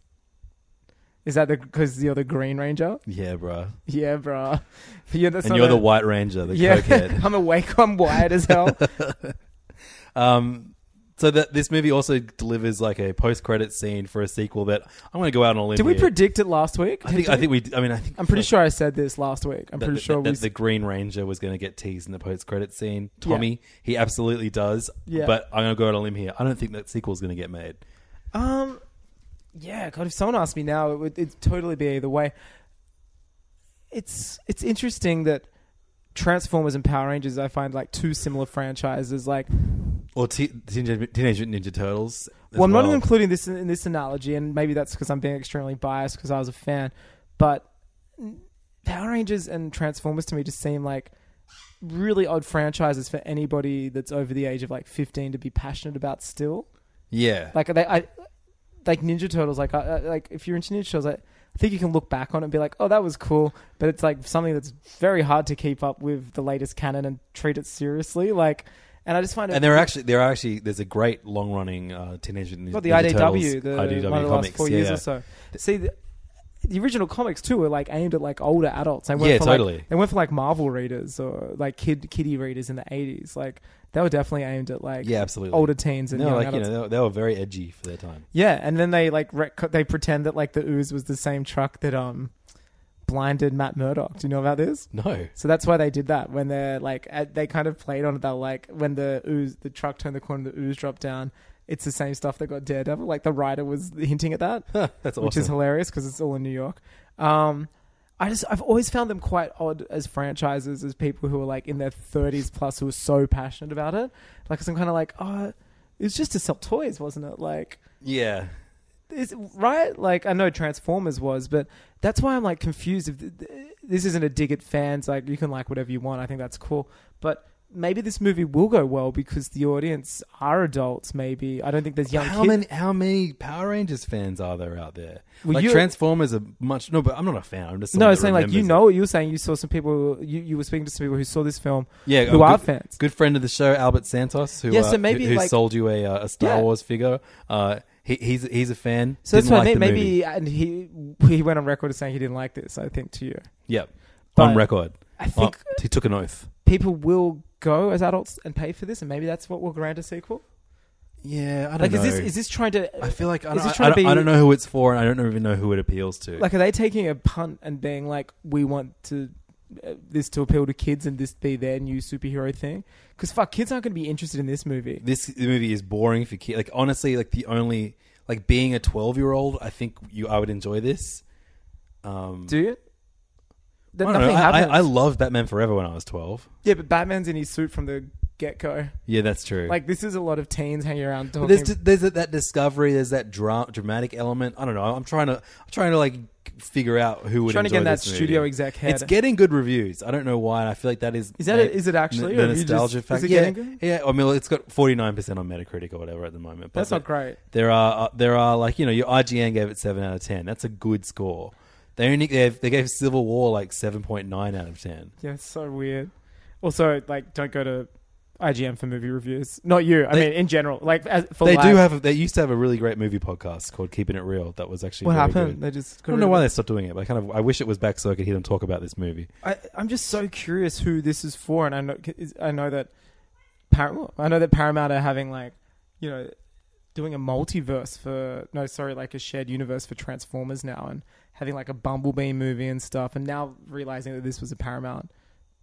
D: Is that because you're the Green Ranger?
C: Yeah, bruh.
D: Yeah, bruh. *laughs* Yeah, that's
C: and
D: not
C: you're the
D: a-
C: White Ranger, the
D: *laughs* Yeah, Um,
C: cokehead.
D: *laughs* I'm awake. I'm wired as
C: *laughs*
D: hell.
C: Um, so that this movie also delivers like a post-credit scene for a sequel that I'm going to go out on a limb.
D: Did we
C: here.
D: predict it last week?
C: I think I think we. I mean, I think
D: I'm pretty sure I said this last week. I'm
C: that-
D: pretty
C: that-
D: sure
C: that
D: we.
C: the Green Ranger was going to get teased in the post-credit scene. Tommy, he absolutely does.
D: Yeah.
C: But I'm going to go out on a limb here. I don't think that sequel's going to get made.
D: um, yeah, God, if someone asked me now, it would it'd totally be either way. It's it's interesting that Transformers and Power Rangers, I find like two similar franchises. Like,
C: Or te- Teenage, Teenage Mutant Ninja Turtles. as
D: well, I'm not even including this in, in this analogy, and maybe that's because I'm being extremely biased because I was a fan. But Power Rangers and Transformers to me just seem like really odd franchises for anybody that's over the age of like 15 to be passionate about still.
C: Yeah.
D: like they, I like Ninja Turtles. Like I, I- like if you're into Ninja Turtles, like, I think you can look back on it and be like, oh, that was cool. But it's like something that's very hard to keep up with the latest canon and treat it seriously. Like, and I just find it.
C: and there are actually there are actually there's a great long running uh, Teenage Mutant Ninja,
D: well, the
C: Ninja
D: IDW,
C: Turtles,
D: the
C: IDW
D: one of the
C: comics.
D: last four
C: yeah.
D: years or so. See. The, the original comics too were like aimed at like older adults. They went
C: Yeah,
D: for like-
C: totally.
D: they went for like Marvel readers or like kid kiddie readers in the eighties. Like they were definitely aimed at like
C: Yeah, absolutely.
D: older teens and
C: No,
D: young
C: like you
D: adults.
C: know, they were- they were very edgy for their time.
D: Yeah, and then they like rec- they pretend that like the ooze was the same truck that um blinded Matt Murdock. Do you know about this?
C: No.
D: So that's why they did that when they're like at, they kind of played on it. They're like when the ooze the truck turned the corner, the ooze dropped down. It's the same stuff that got Daredevil. Like the writer was hinting at that,
C: *laughs* That's
D: which is
C: awesome.
D: hilarious because it's all in New York. Um, I just I've always found them quite odd as franchises as people who are like in their thirties plus who are so passionate about it. Like 'cause I'm kind of like oh, it was just to sell toys, wasn't it? Like
C: yeah.
D: is right like i know transformers was but that's why i'm like confused if th- th- this isn't a dig at fans like you can like whatever you want i think that's cool but maybe this movie will go well because the audience are adults maybe i don't think there's young
C: How
D: kids
C: many how many Power Rangers fans are there out there?
D: Well,
C: like
D: you-
C: Transformers are much no, but I'm not a fan. I'm just someone
D: no
C: that
D: it's saying like you
C: remembers
D: know what you were saying you saw some people who, you, you were speaking to some people who saw this film
C: Yeah,
D: who
C: a
D: are
C: good,
D: fans
C: Good friend of the show, Albert Santos, who
D: Yeah,
C: uh,
D: so maybe,
C: who, who
D: like-
C: sold you a, uh, a Star
D: Yeah.
C: Wars figure. Uh, he, he's he's a fan.
D: so that's
C: Didn't
D: what
C: like
D: i mean
C: the movie.
D: maybe and he he went on record as saying he didn't like this i think to you
C: Yep,
D: But
C: on record.
D: I think-
C: Oh, he took an oath.
D: people will go as adults and pay for this and maybe that's what will grant a sequel
C: Yeah, I don't
D: like
C: know.
D: is this is this trying to
C: I feel like I
D: is
C: don't,
D: this
C: I,
D: trying to
C: don't, I
D: be-
C: don't know who it's for, and I don't even know who it appeals to.
D: Like, are they taking a punt and being like, "We want to uh, this to appeal to kids and this be their new superhero thing"? Because fuck, kids aren't going to be interested in this movie.
C: this movie is boring for kids. Like honestly, like the only like being a twelve year old, I think you I would enjoy this. Um,
D: Do you? That
C: I, don't know.
D: nothing
C: I, I,
D: happens.
C: I loved Batman Forever when I was twelve.
D: yeah, but Batman's in his suit from the get go.
C: Yeah, that's true.
D: Like, this is a lot of teens hanging around
C: But
D: talking.
C: there's there's that discovery. There's that dra- dramatic element. I don't know. I'm trying to I'm trying to like figure out who would
D: Trying to
C: enjoy
D: get in that
C: this movie.
D: studio exec head.
C: It's getting good reviews. I don't know why. And I feel like that is
D: Is that it- is it actually,
C: the
D: or have you
C: nostalgia
D: just-
C: factor?
D: is it
C: yeah,
D: getting good?
C: yeah. I mean, it's got 49 percent on Metacritic or whatever at the moment. But
D: That's not great.
C: There are uh, there are like you know your IGN gave it seven out of ten. That's a good score. They only gave, they gave Civil War like 7.9 out of ten.
D: yeah, it's so weird. Also, like, don't go to IGN for movie reviews. Not you. I
C: They-
D: mean, in general, like, as, for
C: They
D: life-
C: do have. A, they used to have a really great movie podcast called Keeping It Real. That was actually
D: What
C: very
D: happened?
C: good.
D: They just.
C: I don't know why they stopped doing it, but I kind of I wish it was back so I could hear them talk about this movie.
D: I, I'm just so curious who this is for, and I know is- I know that Paramount. I know that Paramount are having like, you know, doing a multiverse for no, sorry, like a shared universe for Transformers now, and having like a Bumblebee movie and stuff, and now realizing that this was a Paramount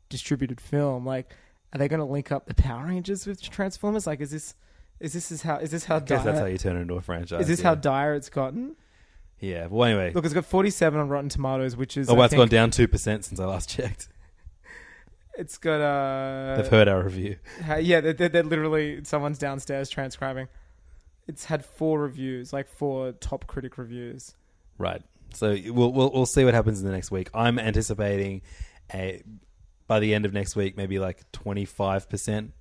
D: distributed film, like, are they going to link up the Power Rangers with Transformers? Like, is this is this is how is this how
C: I guess
D: dire,
C: that's how you turn it into a franchise.
D: is this
C: yeah.
D: how dire it's gotten?
C: Yeah. Well, anyway.
D: Look, it's got 47 on Rotten Tomatoes, which is
C: oh,
D: I
C: well, it's
D: think-
C: gone down two percent since I last *laughs* checked.
D: It's got uh,
C: They've heard our review.
D: Ha- yeah, they're, they're, they're literally someone's downstairs transcribing. It's had four reviews, like four top critic reviews.
C: Right. So we'll we'll, we'll see what happens in the next week. I'm anticipating a by the end of next week, maybe like twenty five percent.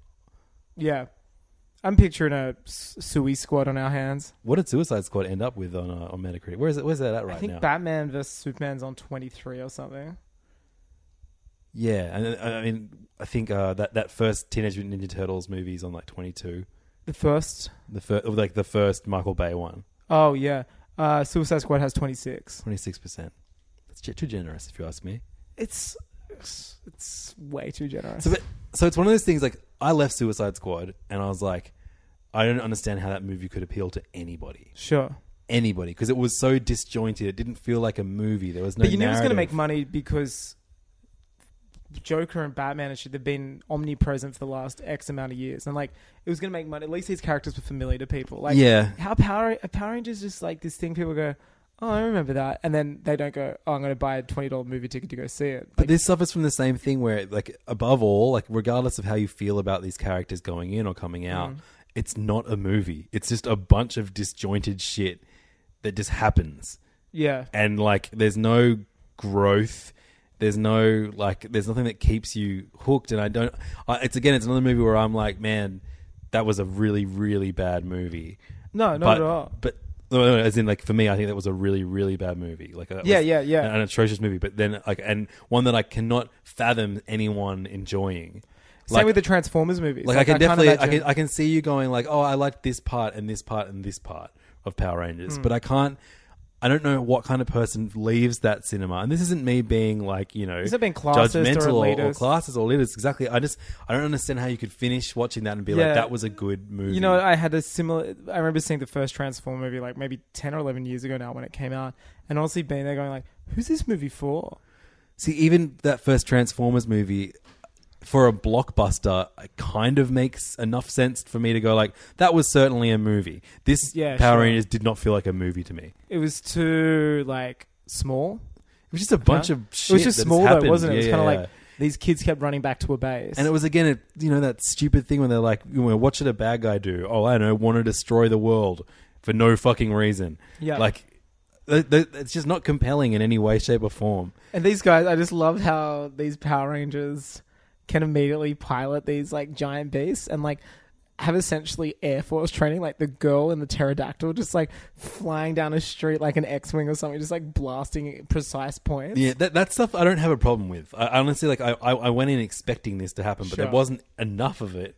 D: Yeah, I'm picturing a s- Sui squad on our hands.
C: What did Suicide Squad end up with on uh, on Metacritic? Where is it? Where's that at right
D: I think
C: now?
D: Batman versus Superman's on 23 or something.
C: yeah, and uh, I mean, I think uh, that that first Teenage Mutant Ninja Turtles movie is on like twenty two.
D: The first.
C: The first, like the first Michael Bay one,
D: Oh yeah, uh, Suicide Squad has 26.
C: twenty six percent. That's ge- too generous, if you ask me.
D: It's it's, it's way too generous.
C: So, but, so it's one of those things. Like, I left Suicide Squad, and I was like, I don't understand how that movie could appeal to anybody,
D: sure,
C: anybody, because it was so disjointed. It didn't feel like a movie. There was no.
D: but you knew it was going to
C: narrative.
D: make money because Joker and Batman and shit have been omnipresent for the last X amount of years, and like it was going to make money. At least these characters were familiar to people. Like
C: yeah,
D: how Power Power Rangers just like this thing people go, oh, I remember that, and then they don't go, oh, I'm going to buy a twenty dollar movie ticket to go see it.
C: But
D: Like,
C: this suffers from the same thing where, like, above all, like, regardless of how you feel about these characters going in or coming out, it's not a movie. It's just a bunch of disjointed shit that just happens.
D: yeah,
C: and like there's no growth there's no like there's nothing that keeps you hooked and i don't I, it's again it's another movie where i'm like man that was a really really bad movie
D: no, not
C: but,
D: at all.
C: but no, no, no, as in like for me i think that was a really really bad movie like that
D: Yeah,
C: was
D: yeah, yeah.
C: an, an atrocious movie but then like and one that i cannot fathom anyone enjoying
D: Same
C: Like-
D: with the Transformers movies.
C: like, I can definitely, I
D: imagine-
C: can, I can see you going like, oh, I like this part and this part and this part of Power
D: Hmm.
C: Rangers, but I can't. I don't know what kind of person leaves that cinema, and this isn't me being like you know,
D: This isn't being classist or
C: judgmental or,
D: elitist.
C: classes or leaders. Exactly. I just I don't understand how you could finish watching that and be
D: Yeah.
C: like, that was a good movie.
D: You know, I had a similar. I remember seeing the first Transformer movie like maybe ten or eleven years ago now when it came out, and honestly being there going like, "Who's this movie for?"
C: See, even that first Transformers movie for a blockbuster it kind of makes enough sense for me to go like that was certainly a movie. This
D: Yeah,
C: Power
D: sure.
C: Rangers did not feel like a movie to me.
D: It was too like small.
C: It was just a bunch
D: Huh?
C: of shit.
D: Uh-huh. It was just
C: that has
D: small though,
C: happened.
D: wasn't it? it was
C: Yeah,
D: kind of
C: yeah,
D: like
C: yeah.
D: these kids kept running back to a base,
C: And it was again, it, you know, that stupid thing when they're like, you know, what should a bad guy do? Oh, I don't know, want to destroy the world for no fucking reason.
D: Yeah.
C: like th- th- it's just not compelling in any way, shape, or form.
D: And these guys, I just love how these Power Rangers can immediately pilot these like giant beasts and like have essentially Air Force training, like the girl in the pterodactyl just like flying down a street like an X Wing or something, just like blasting at precise points.
C: Yeah, that, that stuff I don't have a problem with. I, I honestly like I, I, I went in expecting this to happen, but there
D: Sure.
C: wasn't enough of it.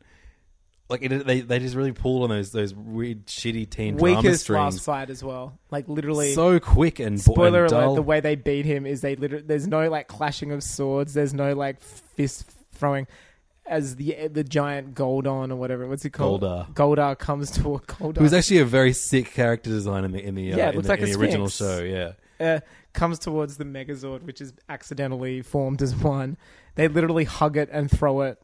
C: Like it, they they just really pulled on those those weird shitty teen drama
D: Weakest last
C: strings
D: fight as well. Like literally.
C: so quick and bo-
D: Spoiler
C: and dull.
D: alert: The way they beat him is they literally there's no like clashing of swords, there's no like fist throwing. As the the giant Goldon or whatever, what's he called?
C: Goldar.
D: Goldar comes to a Goldar.
C: it was actually a very sick character design in the in the uh,
D: Yeah, it
C: in
D: looks
C: the,
D: like
C: in
D: a
C: the original
D: sphinx.
C: show. Yeah,
D: uh, comes towards the Megazord, which is accidentally formed as one. They literally hug it and throw it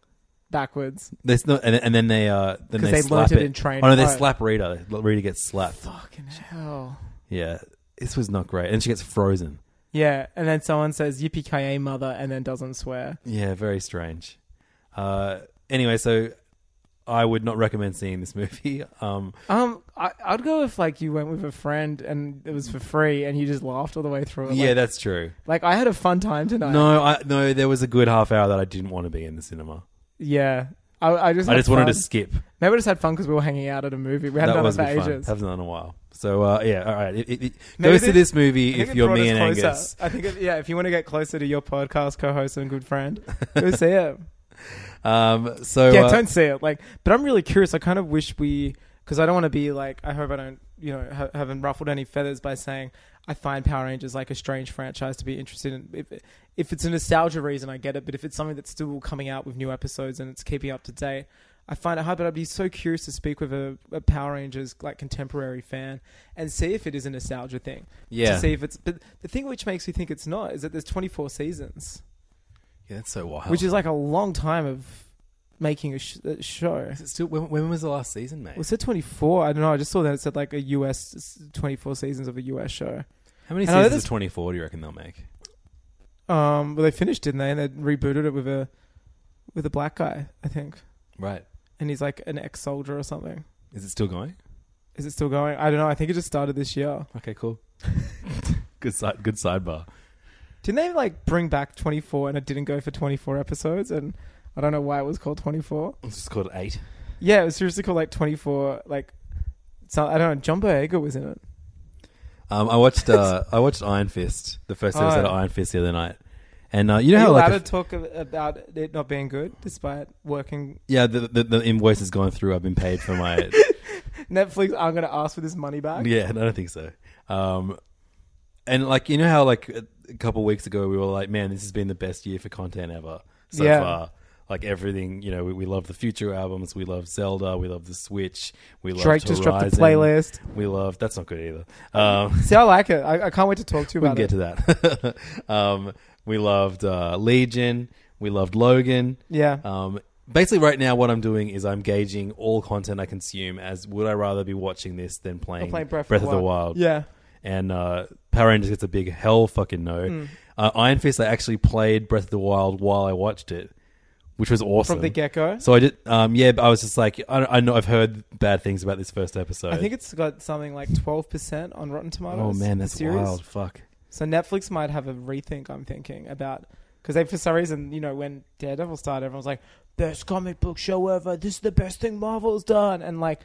D: backwards.
C: there's no and, and then they uh then
D: 'Cause
C: they
D: they learnt
C: slap
D: it in training.
C: Oh no, they
D: Oh.
C: slap Rita. Rita gets slapped.
D: Fucking hell.
C: Yeah, this was not great, and she gets frozen.
D: Yeah, and then someone says "Yippee ki yay, mother," and then doesn't swear.
C: Yeah, very strange. Uh, anyway, so I would not recommend seeing this movie. *laughs* Um,
D: Um, I, I'd go if like you went with a friend and it was for free, and you just laughed all the way through. It.
C: yeah,
D: like,
C: that's true.
D: like I had a fun time tonight.
C: No, I no, there was a good half hour that I didn't want to be in the cinema.
D: yeah, I, I just
C: I
D: had
C: just wanted
D: fun.
C: to skip.
D: Maybe I just had fun because we were hanging out at a movie. We hadn't
C: That
D: done it
C: was
D: for
C: fun.
D: ages.
C: Haven't done it in a while. So uh, yeah, all right. It, it, it, go
D: Maybe
C: see
D: this-
C: this movie if you're me and Angus.
D: I think, it, yeah, if you want to get closer to your podcast co-host and good *laughs* friend, go see it.
C: *laughs* Um, so
D: Yeah,
C: uh,
D: don't see it. Like, but I'm really curious. I kind of wish we, because I don't want to be like. I hope I don't, you know, ha- haven't ruffled any feathers by saying I find Power Rangers like a strange franchise to be interested in. If, if it's a nostalgia reason, I get it. But if it's something that's still coming out with new episodes and it's keeping up to date. I find it hard, but I'd be so curious to speak with a, a Power Rangers like contemporary fan and see if it is a nostalgia thing.
C: Yeah.
D: To see if it's, but the thing which makes me think it's not is that there's 24 seasons,
C: yeah, that's so wild.
D: which is like a long time of making a, sh- a show.
C: Is it still, when, when was the last season, mate?
D: Was it 24? I don't know. I just saw that it said like a US s- 24 seasons of a US show.
C: How many
D: I know
C: seasons of
D: this-
C: 24 do you reckon they'll make?
D: Um, well, they finished, didn't they? And they rebooted it with a with a black guy, I think,
C: Right.
D: and he's like an ex soldier or something.
C: Is it still going?
D: Is it still going? I don't know. I think it just started this year.
C: Okay,
D: *laughs*
C: cool. *laughs* good side. Good sidebar.
D: Didn't they like bring back 24 and it didn't go for 24 episodes? And I don't know why it was called
C: *laughs*
D: 24.
C: It's just called eight.
D: Yeah, it was seriously called like 24. Like, so I don't know. John Boyega was in it.
C: Um, I watched
D: *laughs*
C: uh, I watched Iron Fist, the first episode of
D: Oh.
C: Iron Fist the other night, and uh, you know
D: Are you
C: how like
D: allowed
C: a-
D: to talk ab- about it not being good despite working
C: yeah the, the the invoice has gone through. I've been paid for
D: *laughs*
C: my
D: Netflix? I'm going to ask for this money back.
C: yeah. I don't think so. Um, and like you know how like a a couple weeks ago we were like, man, this has been the best year for content ever so
D: Yeah.
C: far. Like everything, you know, we, we love the future albums. We love Zelda. We love the Switch. We love
D: Drake just dropped the
C: Horizon.
D: playlist.
C: We love that's not good either. Um, *laughs*
D: See, I like it. I, I can't wait to talk to you
C: we can
D: about
C: get
D: it.
C: to that. *laughs* um, we loved uh, Legion. We loved Logan.
D: Yeah.
C: Um, basically, right now, what I'm doing is I'm gauging all content I consume as would I rather be watching this than playing,
D: playing
C: Breath, of the Wild.
D: Yeah.
C: And uh, Power Rangers gets a big hell fucking no.
D: Hmm.
C: Uh, Iron Fist, I actually played Breath of the Wild while I watched it, which was awesome.
D: From the get-go?
C: So I did, um, yeah, but I was just like, I, I know I've heard bad things about this first episode.
D: I think it's got something like 12% on Rotten
C: Oh
D: Tomatoes.
C: man,
D: the
C: that's
D: series.
C: wild. Fuck.
D: So Netflix might have a rethink, I'm thinking, about... Because they, for some reason, you know, when Daredevil started, everyone was like, best comic book show ever. This is the best thing Marvel's done. And like,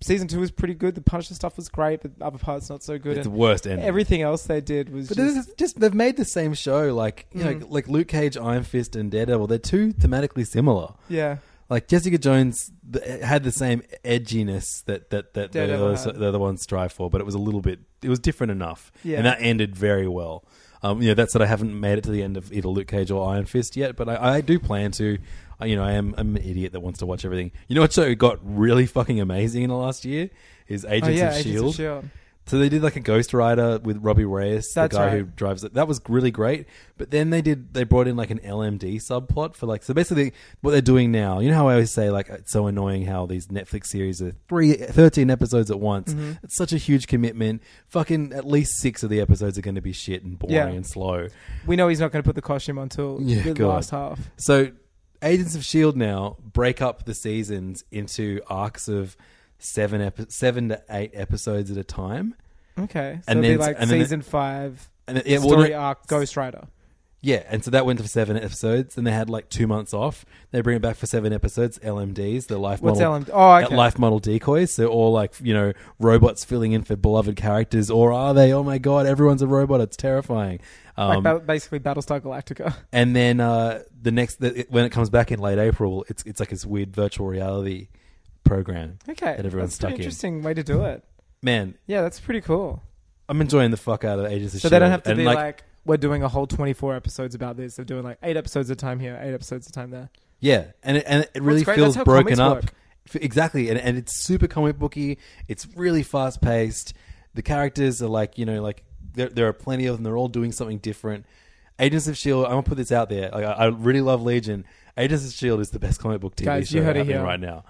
D: season two was pretty good. The Punisher stuff was great, but other parts not so good.
C: It's the
D: and
C: worst ending.
D: everything else they did was
C: But
D: just... Mm.
C: this is just they've made the same show like you know like Luke Cage, Iron Fist, and Daredevil. They're too thematically similar.
D: Yeah.
C: Like Jessica Jones th- had the same edginess that that that the
D: Daredevil
C: other,
D: had.
C: the other ones strive for, but it was a little bit it was different enough,
D: Yeah.
C: and that ended very well. Um, you know, that's that I haven't made it to the end of either Luke Cage or Iron Fist yet, but I, I do plan to. I, you know, I am I'm an idiot that wants to watch everything. You know what show got really fucking amazing in the last year is Agents
D: oh, yeah,
C: of
D: Agents
C: Shield.
D: Shield.
C: So they did like a Ghost Rider with Robbie Reyes,
D: That's
C: the guy
D: right.
C: who drives it. That was really great. But then they did they brought in like an LMD subplot for like so basically what they're doing now. You know how I always say like it's so annoying how these Netflix series are three 13 episodes at once.
D: Mm-hmm.
C: It's such a huge commitment. Fucking at least 6 of the episodes are going to be shit and boring
D: Yeah.
C: and slow.
D: We know he's not going to put the costume on till
C: Yeah,
D: the
C: God.
D: last half.
C: So Agents of Shield E now break up the seasons into arcs of seven epi- 7 to 8 episodes at a time.
D: Okay, so
C: And then-
D: it'll be like
C: and then-
D: season five
C: And it, yeah, well,
D: story
C: no-
D: arc Ghost Rider.
C: Yeah, and so that went for seven episodes, and they had like two months off. They bring it back for seven episodes. LMDs, the life
D: What's
C: model,
D: LMD? Oh, okay.
C: life model decoys. So all like you know robots filling in for beloved characters, or are they? Oh my god, everyone's a robot. It's terrifying.
D: Like
C: Um,
D: ba- basically Battlestar Galactica. *laughs*
C: and then uh, the next the, it- when it comes back in late April, it's it's like this weird virtual reality program
D: Okay,
C: that everyone's
D: that's
C: stuck
D: pretty
C: in.
D: interesting way to do it.
C: Man,
D: Yeah, that's pretty cool.
C: I'm enjoying the fuck out of Agents of
D: So
C: Shield.
D: they don't have to
C: E And,
D: be like, we're doing a whole twenty four episodes about this. They're doing like eight episodes a time here, eight episodes a time there.
C: Yeah, and it, and it really
D: great,
C: feels
D: that's how
C: broken
D: comics
C: up.
D: work.
C: F- Exactly, and and it's super comic booky. It's really fast paced. The characters are like you know like there there are plenty of them. They're all doing something different. Agents of Shield. E I'm gonna put this out there. Like I, I really love Legion. Agents of Shield E is the best comic book TV
D: Guys,
C: show
D: you heard it
C: happening
D: here.
C: right now.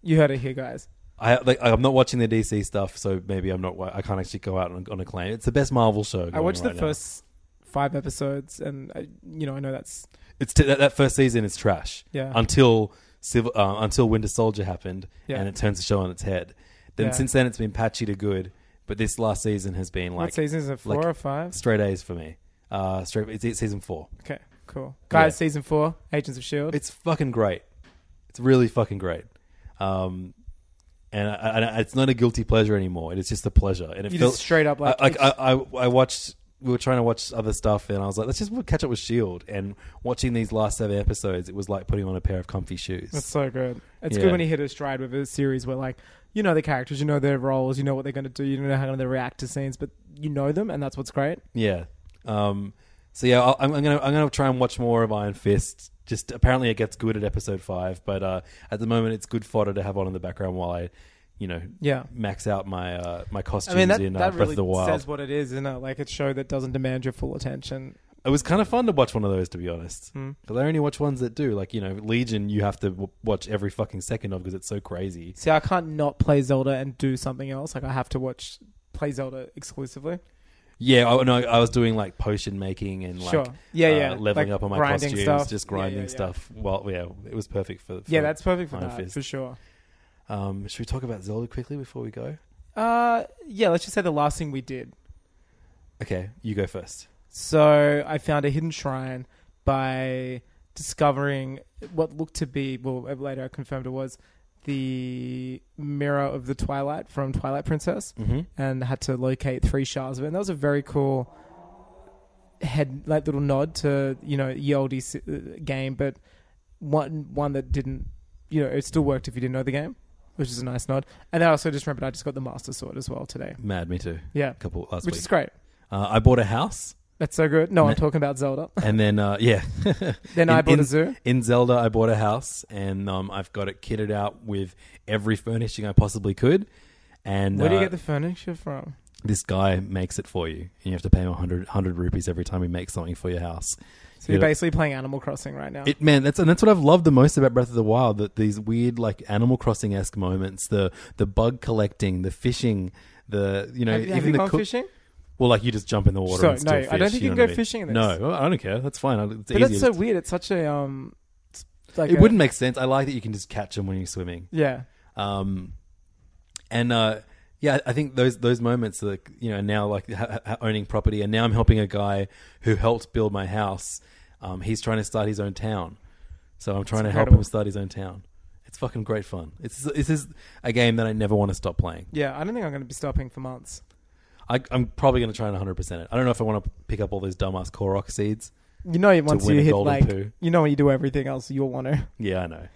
D: You heard it here, guys.
C: I like I'm not watching the DC stuff, so maybe I'm not. wa- I can't actually go out on, on a claim. It's the best Marvel show.
D: I
C: going
D: watched
C: right
D: the
C: now.
D: first five episodes, and I, you know, I know that's
C: It's t- that, that first season is trash.
D: Yeah.
C: Until civil uh, until Winter Soldier happened,
D: Yeah.
C: and it turns the show on its head. Then
D: Yeah.
C: since then, it's been patchy to good, but this last season has been like
D: what season is it? Four
C: like-
D: or five?
C: straight A's for me. Uh, straight it's, it's season four.
D: Okay, cool, guys.
C: Yeah.
D: Season four, Agents of Shield.
C: It's fucking great. It's really fucking great. Um, and I, I, I- it's not a guilty pleasure anymore. It is just a pleasure. And it
D: You
C: felt
D: just straight up, like,
C: I, like, I, I, I watched. We were trying to watch other stuff, and I was like, "Let's just catch up with Shield." And watching these last seven episodes, it was like putting on a pair of comfy shoes.
D: That's *laughs* so good. It's
C: Yeah.
D: good when you hit a stride with a series where like you know the characters, you know their roles, you know what they're going to do, you know how they react to scenes, but you know them, and that's what's great.
C: Yeah. Um, so yeah, I'll, I'm, I'm gonna I'm gonna try and watch more of Iron Fist. Just apparently it gets good at episode five, but uh, at the moment it's good fodder to have on in the background while I, you know,
D: Yeah.
C: max out my uh, my
D: I
C: costumes
D: mean that,
C: in uh,
D: that
C: Breath
D: really
C: of the Wild.
D: says what it is, isn't it? Like it's a show that doesn't demand your full attention.
C: it was kind of fun to watch one of those, to be honest.
D: Hmm.
C: Because I only watch ones that do, like you know, Legion. You have to w- watch every fucking second of because it's so crazy.
D: See, I can't not play Zelda and do something else. Like I have to watch play Zelda exclusively.
C: Yeah, I, no, I was doing like potion making and like
D: Sure. Yeah, yeah.
C: uh, leveling
D: Like,
C: up on my
D: grinding
C: costumes,
D: stuff.
C: just
D: Yeah, yeah,
C: grinding
D: yeah.
C: stuff. Well, yeah, it was perfect for. for
D: yeah, that's perfect for
C: Iron
D: that
C: Fist.
D: for sure.
C: Um, should we talk about Zelda quickly before we go?
D: Uh, yeah. Let's just say the last thing we did.
C: Okay, you go first.
D: So I found a hidden shrine by discovering what looked to be, well, later I confirmed it was the mirror of the Twilight from Twilight Princess,
C: Mm-hmm.
D: and had to locate three shards of it. And that was a very cool head, like little nod to you know ye olde s- uh, game, but one one that didn't, you know, it still worked if you didn't know the game, which is a nice nod. And then I also just remembered I just got the Master Sword as well today.
C: Mad, me too.
D: Yeah,
C: A couple last
D: which
C: week.
D: is great.
C: uh, I bought a house,
D: That's so good. No,
C: Ma- *laughs*
D: I'm talking about Zelda.
C: and then uh, *laughs* yeah,
D: Then
C: In-
D: I bought
C: in-
D: a zoo.
C: in Zelda, I bought a house, and um, I've got it kitted out with every furnishing I possibly could. And
D: Where do you
C: uh,
D: get the furniture from?
C: this guy makes it for you, and you have to pay him 100, 100 rupees every time he makes something for your house.
D: So you're
C: Yeah.
D: basically playing Animal Crossing right now.
C: It man, that's and that's what I've loved the most about Breath of the Wild. That these weird like Animal Crossing esque moments, the the bug collecting, the fishing, the you know
D: have, have you
C: the
D: gone
C: cook-
D: fishing?
C: Well, like you just jump in the water.
D: So,
C: and still
D: no,
C: fish,
D: I don't think you
C: know
D: can go
C: what I mean?
D: fishing in this.
C: No, well, I don't care. That's fine. I- It's
D: But
C: easy.
D: that's so weird. It's such a um, it's like uh,
C: it
D: a-
C: wouldn't make sense. I like that you can just catch them when you're swimming.
D: Yeah,
C: Um, and uh, yeah, I think those those moments, like you know, now like ha- ha- owning property, and now I'm helping a guy who helped build my house. Um, he's trying to start his own town, so I'm trying to help
D: incredible.
C: him start his own town. It's fucking great fun. It's this is a game that I never want to stop playing.
D: yeah. I don't think I'm going to be stopping for months.
C: I, I'm probably going to try and 100 percent it. I don't know if I want to pick up all those dumbass Korok seeds.
D: You know, once
C: win
D: you
C: a
D: hit
C: golden
D: like,
C: poo.
D: you know, when you do everything else, you'll want to.
C: Yeah, I know.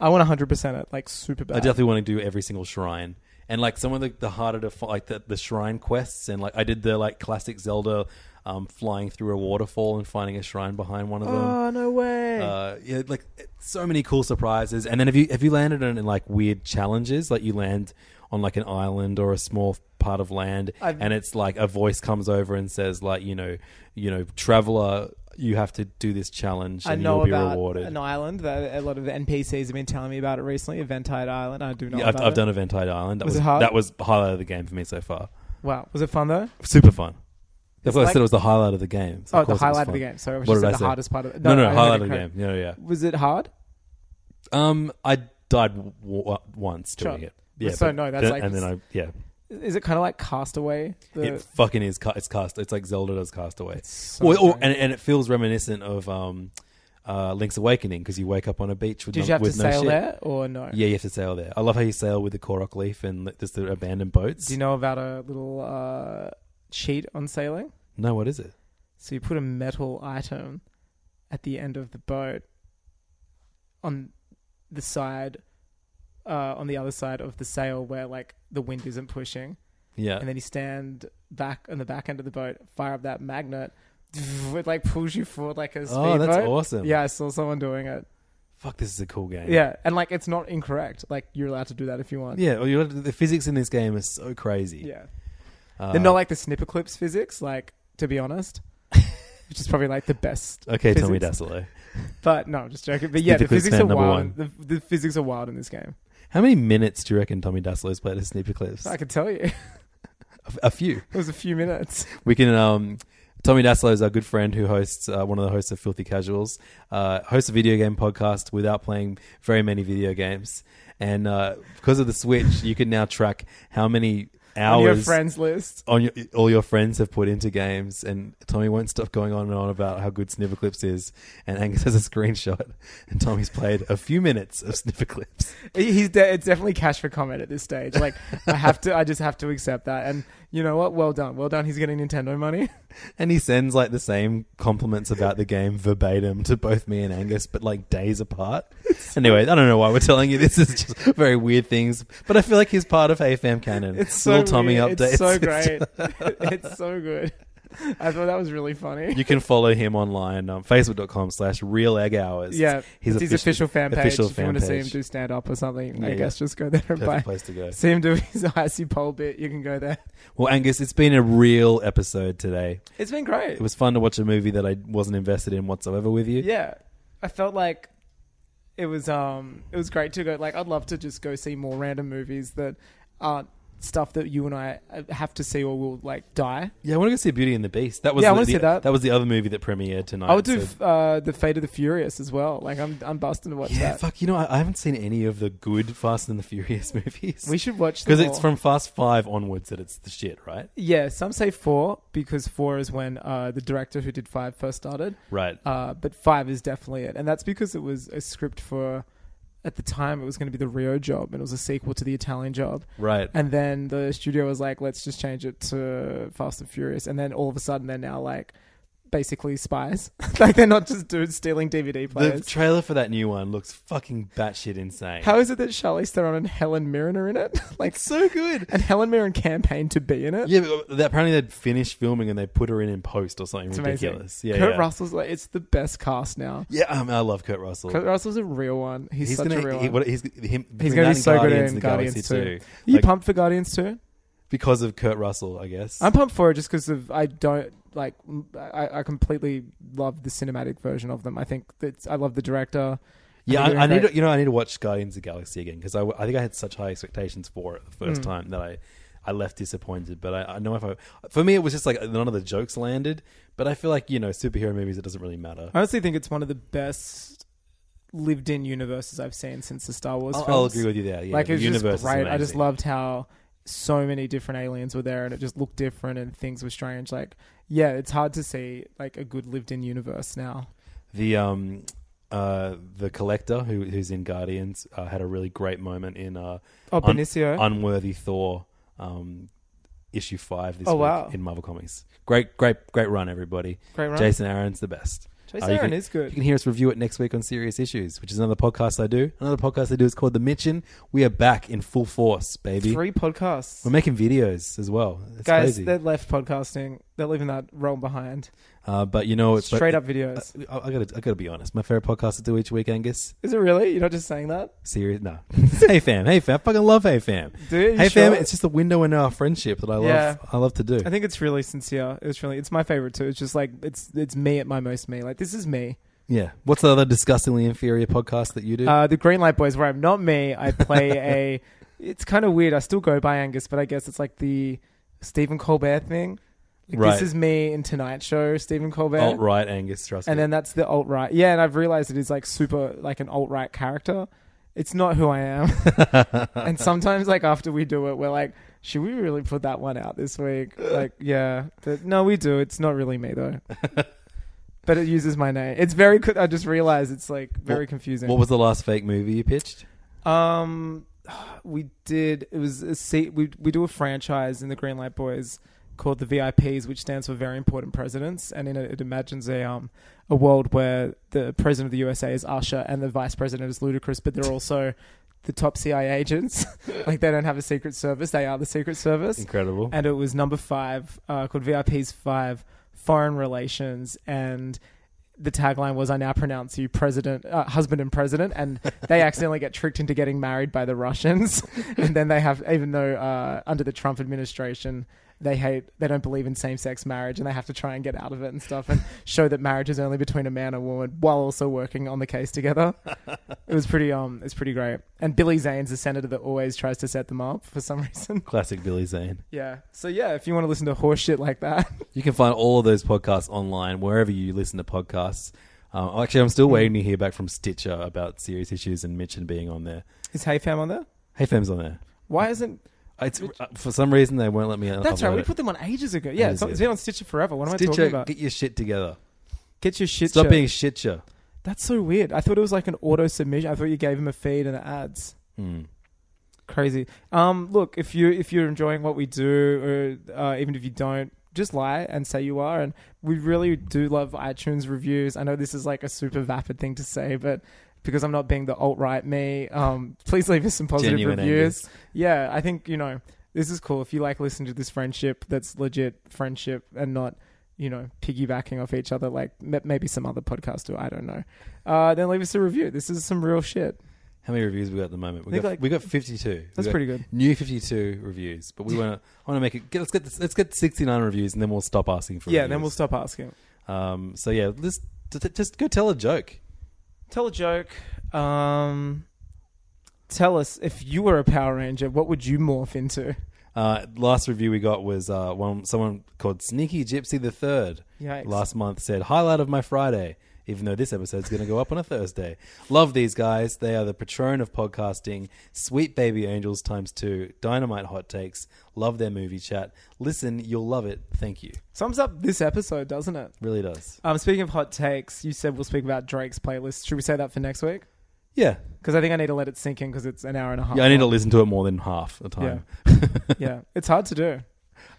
D: I want 100 percent it, like super bad.
C: I definitely want to do every single shrine. And like some of the, the harder to fi- like the, the shrine quests and like I did the like classic Zelda um, flying through a waterfall and finding a shrine behind one of them.
D: oh no way!
C: Uh, yeah, like so many cool surprises. And then have you have you landed on like weird challenges? Like you land on like an island or a small part of land,
D: I've-
C: and it's like a voice comes over and says like you know you know traveler, you have to do this challenge
D: I
C: and
D: know
C: you'll be
D: about
C: rewarded.
D: an island that a lot of the NPCs have been telling me about it recently, Eventide Island. I do know
C: Yeah, I've,
D: about
C: I've
D: it.
C: done Eventide Island. That
D: Was
C: was,
D: it hard?
C: that was highlight of the game for me so far.
D: Wow, was it fun though?
C: Super fun. That's
D: It's
C: why I
D: like-
C: said it was the highlight of the game. So
D: Oh,
C: of course
D: the
C: it was
D: highlight of the
C: fun.
D: game. So it was
C: What
D: just
C: did
D: the
C: I say?
D: hardest part of it.
C: No, no,
D: I heard
C: highlight
D: it
C: of the game.
D: correct.
C: Yeah, yeah.
D: Was it hard?
C: Um, I died w- w- once doing
D: Sure.
C: it. Yeah,
D: So
C: but
D: no, that's
C: then-
D: like-
C: and then I yeah,
D: Is it kind of like Castaway? The,
C: it fucking is. Ca- it's cast. It's like Zelda does Castaway.
D: so
C: Well, or,
D: strange.
C: and and it feels reminiscent of um, uh, Link's Awakening because you wake up on a beach with
D: Did
C: no,
D: you have to
C: with no
D: sail
C: shit.
D: there or no?
C: Yeah, you have to sail there. I love how you sail with the Korok leaf and like, just the abandoned boats.
D: Do you know about a little uh, cheat on sailing?
C: No, what is it?
D: So you put a metal item at the end of the boat on the side, uh, on the other side of the sail where like the wind isn't pushing,
C: Yeah,
D: and then you stand back on the back end of the boat, fire up that magnet, *laughs* it like pulls you forward like a speedboat.
C: Oh, that's awesome.
D: Yeah, I saw someone doing it.
C: fuck, this is a cool game.
D: Yeah, and like it's not incorrect. Like you're allowed to do that if you want.
C: yeah. Well, you the physics in this game is so crazy.
D: yeah.
C: Uh,
D: They're not like the snipper clips physics, like to be honest, which is probably like the best.
C: Uh, okay,
D: physics.
C: Tommy Dasilo.
D: But no, I'm just joking. But yeah, the
C: Snipper clips
D: physics are
C: fan number
D: wild. The, the physics are wild in this game.
C: How many minutes do you reckon Tommy Dasilo's played as Snippy Clips?
D: I can tell you, *laughs* it
C: a few.
D: was a few minutes.
C: We can. Um, Tommy Dasilo is our good friend who hosts uh, one of the hosts of Filthy Casuals, uh, hosts a video game podcast without playing very many video games, and uh, because of the Switch, you can now track how many hours
D: On your friends list,
C: on your, all your friends have put into games, and Tommy won't stop going on and on about how good Sniffer Clips is. And Angus has a screenshot, and Tommy's played a few minutes of Sniffer Clips.
D: He- he's de- it's definitely cash for comment at this stage. Like I have to, I just have to accept that. And you know what? Well done, well done. He's getting Nintendo money. *laughs*
C: And he sends like the same compliments about the game verbatim to both me and Angus, but like days apart. Anyway, I don't know why we're telling you this is just very weird things, but I feel like he's part of AFM canon.
D: It's so
C: Little Tommy
D: weird.
C: updates. *laughs*
D: It's so great. *laughs* it's so good. I thought that was really funny.
C: You can follow him online, um, facebook.com slash real egg hours.
D: Yeah,
C: His
D: it's his
C: offici-
D: official fan page.
C: official
D: if
C: fan
D: you want to see him
C: page.
D: do stand up or something, I
C: Yeah,
D: guess just go there and
C: Perfect
D: buy.
C: place to go.
D: See him do his *laughs* icy pole bit. You can go there.
C: Well, Angus, it's been a real episode today.
D: It's been great.
C: It was fun to watch a movie that I wasn't invested in whatsoever with you.
D: yeah, I felt like it was um it was great to go. Like I'd love to just go see more random movies that aren't stuff that you and I uh, have to see or will like die.
C: Yeah, I want to go see Beauty and the Beast. That was
D: Yeah, I
C: the,
D: wanna
C: the-
D: see that.
C: was the other movie that premiered tonight.
D: I would do
C: so-
D: f uh, the Fate of the Furious as well. Like I'm I'm busting to watch
C: Yeah,
D: that.
C: fuck. You know, I, I haven't seen any of the good Fast and the Furious *laughs* movies.
D: We should watch
C: because
D: them
C: it's
D: all.
C: from Fast Five onwards that it's the shit, right?
D: yeah. Some say four because four is when uh, the director who did five first started.
C: Right.
D: Uh, but five is definitely it, and that's because it was a script for. At the time, it was going to be the Rio job, and it was a sequel to the Italian job.
C: right.
D: And then the studio was like, "Let's just change it to Fast and Furious." And then all of a sudden, they're now like basically spies. *laughs* like they're not just dudes stealing DVD
C: the
D: players.
C: trailer for that new one looks fucking batshit insane.
D: How is it that Charlize Theron and Helen Mirren are in it? *laughs* like so good. And Helen Mirren campaigned to be in it.
C: yeah, but uh, apparently they'd finished filming and they put her in in post or something
D: it's amazing.
C: ridiculous. Yeah,
D: Kurt
C: yeah.
D: Russell's like it's the best cast now.
C: Yeah, um, I love Kurt Russell.
D: Kurt Russell's a real one. He's,
C: he's
D: such
C: gonna
D: a real
C: he,
D: one.
C: what, he's him.
D: He's
C: between
D: going to
C: that
D: be
C: and
D: so good
C: Guardians of
D: in
C: the
D: Guardians
C: Galaxy
D: too. Are
C: too.
D: you
C: Like,
D: pumped for Guardians too?
C: because of Kurt Russell, I guess.
D: I'm pumped for it just because of I don't like I, I completely love the cinematic version of them. I think that I love the director.
C: yeah,
D: think
C: I,
D: they're
C: I need
D: great.
C: to, you know I need to watch Guardians of the Galaxy again because I, w- I think I had such high expectations for it the
D: Mm.
C: first time that I I left disappointed. But I, I know if I for me it was just like none of the jokes landed. But I feel like you know superhero movies it doesn't really matter.
D: I honestly think it's one of the best lived-in universes I've seen since the Star Wars.
C: I'll,
D: films.
C: I'll agree with you there. Yeah,
D: like
C: the
D: it's
C: universe
D: just
C: is
D: great. I just
C: amazing.
D: loved how so many different aliens were there, and it just looked different, and things were strange. Like, yeah, it's hard to see like a good lived-in universe now.
C: the um uh the collector who who's in Guardians uh, had a really great moment in uh
D: Oh,
C: Un-
D: Benicio.
C: Unworthy Thor um issue five this
D: Oh,
C: week
D: wow.
C: in Marvel Comics. Great, great, great run, everybody.
D: Great run.
C: Jason Aaron's the best. Uh,
D: Jason
C: you
D: Aaron
C: can-
D: is good.
C: You can hear us review it next week on Serious Issues, which is another podcast I do. Another podcast I do is called The Mitchin. We are back in full force, baby.
D: Three podcasts,
C: We're making videos as well. It's
D: guys.
C: crazy.
D: They left podcasting. They're leaving that realm behind.
C: Uh, but uh, you know, it's
D: Straight
C: but,
D: up videos.
C: I, I gotta, I gotta be honest. My favorite podcast to do each week, Angus.
D: Is it really? You're not just saying that?
C: Serious? No. *laughs* hey fam, hey fam. I fucking love hey fam.
D: Do you? You
C: hey fam,
D: sure?
C: it's just a window into our friendship that I love.
D: Yeah.
C: I love to do.
D: I think it's really sincere. It's really it's my favorite too. It's just like it's it's me at my most me. Like this is me.
C: yeah. What's the other disgustingly inferior podcast that you do?
D: Uh, the Green Light Boys, where I'm not me. I play a. *laughs* It's kind of weird. I still go by Angus, but I guess it's like the Stephen Colbert thing. Like,
C: Right.
D: This is me in Tonight Show, Stephen Colbert.
C: Alt Oh, right, Angus. Trust
D: And
C: me.
D: then that's the alt right. Yeah, and I've realized it is like super like an alt right character. It's not who I am.
C: *laughs*
D: and sometimes like after we do it, we're like, should we really put that one out this week? Like, yeah, But no, we do. It's not really
C: *laughs*
D: me though. but it uses my name. It's very. co- I just realized it's like very
C: What-
D: confusing.
C: What was the last fake movie you pitched?
D: Um, we did. It was a se- we we do a franchise in the Greenlight Boys called the VIPs, which stands for Very Important Presidents, and in it, it imagines a um a world where the president of the USA is Usher and the vice president is Ludacris, but they're also the top CIA agents. *laughs* like they don't have a secret service; they are the secret service.
C: Incredible.
D: And it was number five, uh, called VIPs five, foreign relations, and the tagline was "I now pronounce you president, uh, husband and president," and they accidentally get tricked into getting married by the Russians, *laughs* and then they have, even though uh, under the Trump administration. They hate. They don't believe in same-sex marriage, and they have to try and get out of it and stuff, and show that marriage is only between a man and woman, while also working on the case together. It was pretty. Um, it's pretty great. And Billy Zane's the senator that always tries to set them up for some reason.
C: Classic Billy Zane.
D: Yeah. So yeah, if you want to listen to horse shit like that, *laughs*
C: You can find all of those podcasts online wherever you listen to podcasts. Um, actually, I'm still waiting to hear back from Stitcher about serious issues and Mitch and being on there.
D: is Hey Fam on there?
C: Hey, Fem's on there.
D: Why isn't?
C: It's, uh, for some reason, they won't let me.
D: That's
C: upload
D: right. We
C: it.
D: put them on ages ago. Yeah, it's,
C: Ages
D: it's
C: ago.
D: been on Stitcher forever. What am I talking
C: Stitcher,
D: about?
C: get your shit together.
D: Get your shit.
C: Stop
D: show.
C: being shitcher.
D: That's so weird. I thought it was like an auto submission. I thought you gave him a feed and ads.
C: Hmm.
D: Crazy. Um, look, if you if you're enjoying what we do, or uh, even if you don't, just lie and say you are. And we really do love iTunes reviews. I know this is like a super vapid thing to say, but because I'm not being the alt right me, um, please leave us some positive
C: Genuine
D: reviews.
C: Angus.
D: Yeah, I think you know this is cool. If you like listening to this friendship, that's legit friendship and not you know piggybacking off each other like m- maybe some other podcast do. I don't know. Uh, then leave us a review. This is some real shit.
C: How many reviews we got at the moment? We
D: Think
C: got
D: like-
C: we got 52. We
D: That's
C: got
D: pretty good.
C: New 52 reviews, but
D: *laughs*
C: we want to want to make it. Get, let's get this, let's get 69 reviews, and then we'll stop asking for.
D: Yeah,
C: reviews.
D: then we'll stop asking.
C: Um, so yeah, let's t- t- just go tell a joke.
D: Tell a joke. Um, tell us if you were a Power Ranger, what would you morph into?
C: Uh, last review we got was uh, one someone called Sneaky Gypsy the Third.
D: Yikes.
C: Last month said highlight of my Friday. Even though this episode's going to go up on a Thursday. Love these guys. They are the patron of podcasting. Sweet baby angels times two. Dynamite hot takes. Love their movie chat. Listen, you'll love it. Thank you.
D: Sums up this episode, doesn't it?
C: Really does.
D: Um, speaking of hot takes, you said we'll speak about Drake's playlist. Should we say that for next week?
C: Yeah.
D: Because I think I need to let it sink in because it's an hour and a half.
C: Yeah, I need to listen to it more than half the time.
D: yeah, it's hard to do.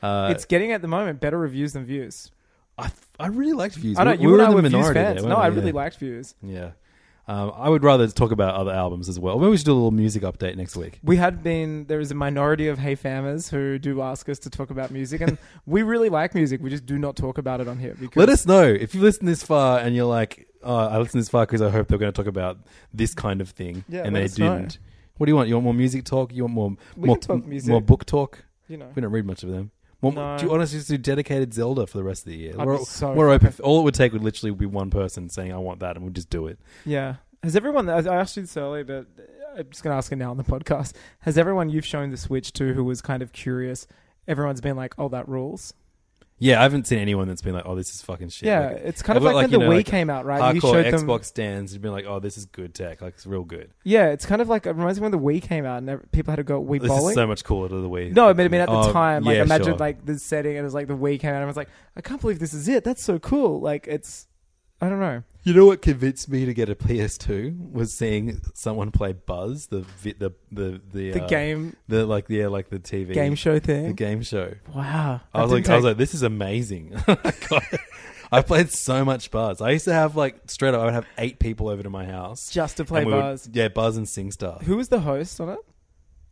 C: Uh,
D: it's getting at the moment better reviews than views.
C: *laughs* I, th- I really liked views.
D: I know
C: We-
D: you
C: we
D: and I
C: in
D: were
C: the
D: views
C: minority
D: fans.
C: there,
D: no,
C: weren't
D: I
C: we?
D: really
C: Yeah.
D: liked views.
C: Yeah. Um, I would rather talk about other albums as well. Maybe we should do a little music update next week.
D: We had been there is a minority of hey fammers who do ask us to talk about music,
C: *laughs*
D: and we really like music. We just do not talk about it on here. Because
C: Let us know if you listen this far and you're like, oh, I listened this far because I hope they're going to talk about this kind of thing.
D: Yeah,
C: and
D: let
C: they
D: us know.
C: didn't. What do you want? You want more music talk? You want more
D: We
C: more,
D: can talk music.
C: more book talk?
D: you know
C: We don't read much of them. More,
D: No.
C: Do you honestly just do dedicated Zelda for the rest of the year?
D: I'd
C: we're
D: be so
C: we're open. All it would take would literally be one person saying, I want that, and we'll just do it.
D: Yeah. Has everyone, I I asked you this earlier, but I'm just going to ask it now on the podcast. Has everyone you've shown the Switch to who was kind of curious, everyone's been like, oh, that rules?
C: Yeah, I haven't seen anyone that's been like, "Oh, this is fucking shit."
D: Yeah,
C: Like,
D: it's kind of
C: I've got,
D: like when
C: you
D: the Wii
C: like,
D: came out, right? You
C: Hardcore
D: showed them-
C: Xbox stands have been like, "Oh, this is good tech. Like, it's real good."
D: Yeah, it's kind of like, it reminds me when the Wii came out and ev- people had to go Wii
C: This
D: bowling.
C: is so much cooler to the Wii.
D: no, I mean, I mean at the
C: Oh,
D: time, like
C: yeah,
D: imagine
C: sure.
D: like the setting and it was like the Wii came out and everyone's like, I can't believe this is it. That's so cool. Like it's, I don't know.
C: you know what convinced me to get a PS2 was seeing someone play Buzz, the vi- the the the,
D: The
C: uh,
D: game-
C: the like yeah, like the TV
D: Game show thing.
C: the game show.
D: Wow.
C: I was
D: That
C: like,
D: didn't
C: I was
D: take-
C: like, this is amazing. *laughs* God. I played so much Buzz. I used to have like straight up, I would have eight people over to my house
D: Just to play
C: and we would-
D: Buzz.
C: yeah, Buzz and Sing Star.
D: who was the host on it?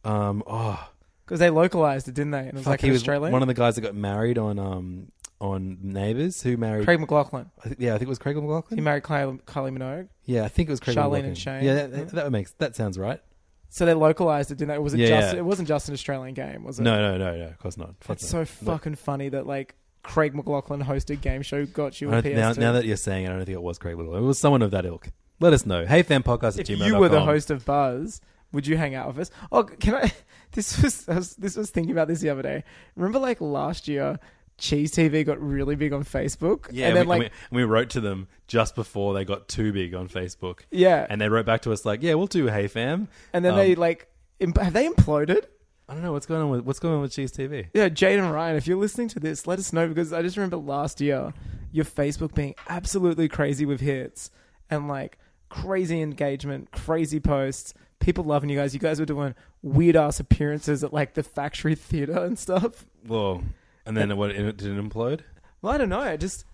C: Um, oh,
D: Because they localized it, didn't they? And it was
C: Fuck,
D: like
C: he
D: an
C: was
D: Australian.
C: one of the guys that got married on um, on Neighbours who married.
D: Craig McLaughlin.
C: I think, yeah, I think it was Craig
D: He
C: McLaughlin.
D: married Kylie, Kylie Minogue.
C: yeah, I think it was Craig McLaughlin.
D: Charlene and Shane.
C: Yeah, that, that, that makes that sounds right.
D: So they localized it, didn't they? Was it
C: Yeah,
D: just?
C: yeah.
D: It wasn't just an Australian game, was it?
C: No, no, no, no. Of course not. Of course
D: That's
C: not.
D: so fucking funny that like Craig McLaughlin hosted game show got you
C: I
D: a
C: don't-
D: PS2.
C: now, now that you're saying it, I don't think it was Craig Little. It was someone of that ilk. Let us know. Hey, fan podcast at
D: if
C: gmail.com.
D: you were the host of Buzz, would you hang out with us? Oh, can I? *laughs* This was, I was this was thinking about this the other day. Remember, like last year, Cheese TV got really big on Facebook.
C: Yeah, and
D: and then
C: we,
D: like
C: and we, and we wrote to them just before they got too big on Facebook.
D: Yeah.
C: and they wrote back to us like, "Yeah, we'll do Hey Fam."
D: and then
C: Um,
D: they like imp- have they imploded?
C: I don't know what's going on with what's going on with Cheese TV.
D: Yeah, Jade and Ryan, if you're listening to this, let us know because I just remember last year your Facebook being absolutely crazy with hits and like crazy engagement, crazy posts, people loving you guys. You guys were doing weird ass appearances at like the factory theater and stuff.
C: Whoa! And then what? It didn't implode.
D: Well, I don't know. I just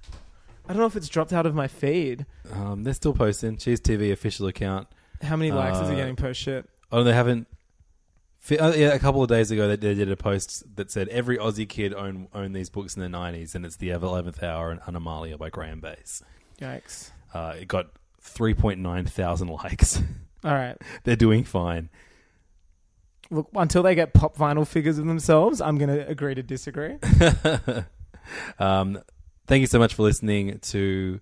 D: I don't know if it's dropped out of my feed.
C: Um, they're still posting Cheese TV official account.
D: How many likes is it
C: Uh,
D: getting per shit?
C: Oh, they haven't. fi- oh, yeah, a couple of days ago, they, they did a post that said every Aussie kid owned owned these books in the '90s, and it's the Eleventh Hour and Anomalia by Graham Bass.
D: Yikes.
C: Uh, it got 3.9 thousand *laughs* likes.
D: All right.
C: they're doing fine. *laughs*
D: Look, until they get pop vinyl figures of themselves, I'm going to agree to disagree.
C: Um, thank you so much for listening to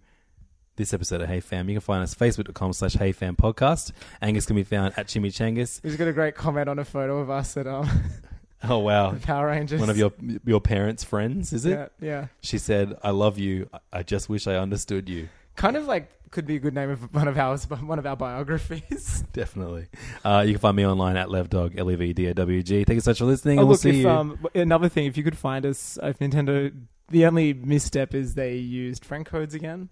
C: this episode of Hey Fam. You can find us facebook.com slash Hey Fam Podcast. Angus can be found at Chimichangas.
D: He's got a great comment on a photo of us at um, *laughs*
C: Oh, wow.
D: Power Rangers.
C: One of your your parents' friends, is it?
D: Yeah, yeah.
C: She said, I love you. I- I just wish I understood you.
D: Kind of like could be a good name of one of ours, one of our
C: *laughs*
D: biographies.
C: Definitely. Uh, you can find me online at LevDog, L E V D O W G. Thank you so much for listening. and we'll
D: look,
C: see
D: if,
C: you.
D: um, another thing, if you could find us, uh, if Nintendo, the only misstep is they used friend codes again.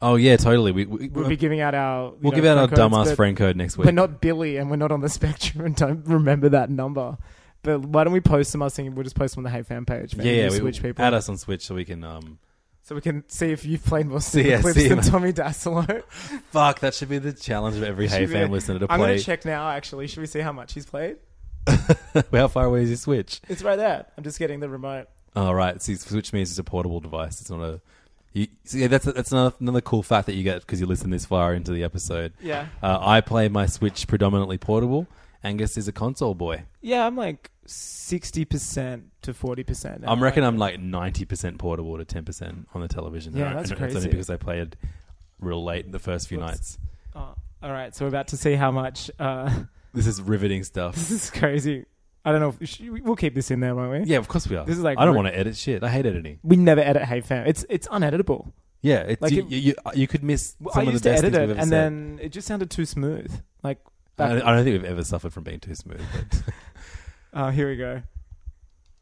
C: oh, yeah, totally. We, we,
D: We'll be giving out our, you
C: we'll
D: know,
C: give out our
D: friend codes,
C: dumbass
D: but
C: friend code next week.
D: We're not Billy, and we're not on the *laughs* spectrum, and don't remember that number. But why don't we post them? I was thinking we'll just post them on the Hey Fan page.
C: yeah,
D: maybe
C: yeah.
D: we
C: we-
D: switch people
C: Add us on Switch so we can. Um,
D: so we can see if you've played more Super
C: yeah, *laughs*
D: Clips
C: see
D: than
C: you.
D: Tommy Dassolo.
C: Fuck, that should be the challenge of every Hey Fam listener to
D: I'm
C: play.
D: gonna check now. Actually, should we see how much he's played?
C: *laughs* How far away is your Switch?
D: It's right there. I'm just getting the remote.
C: All right, oh, right, see, Switch means it's a portable device. It's not a. You, see, that's that's another, another cool fact that you get because you listen this far into the episode.
D: Yeah.
C: Uh, I play my Switch predominantly portable. Angus is a console boy.
D: Yeah, I'm like sixty percent to forty percent.
C: I'm reckon I'm like ninety percent portable to ten percent on the television.
D: Yeah,
C: And I-
D: that's
C: and It's
D: crazy.
C: only because I played real late the first few
D: Whoops.
C: nights.
D: Oh, all right, so we're about to see how much. Uh, *laughs*
C: This is riveting
D: this *laughs*
C: stuff.
D: is crazy. I don't know. If, sh- we'll keep this in there, won't we?
C: yeah, of course we are.
D: This is like
C: I don't
D: re-
C: want to edit shit. I hate editing.
D: We never edit Hey Fam. It's it's uneditable.
C: Yeah, it's,
D: Like
C: you,
D: it-
C: you, you, you could miss some
D: I
C: of the
D: used
C: best
D: to edit
C: things
D: it,
C: we've ever
D: and
C: said. Uh,
D: then it just sounded too smooth. Like,
C: I,
D: back,
C: I don't think we've ever suffered from being too smooth.
D: *laughs*
C: But
D: oh, here we go.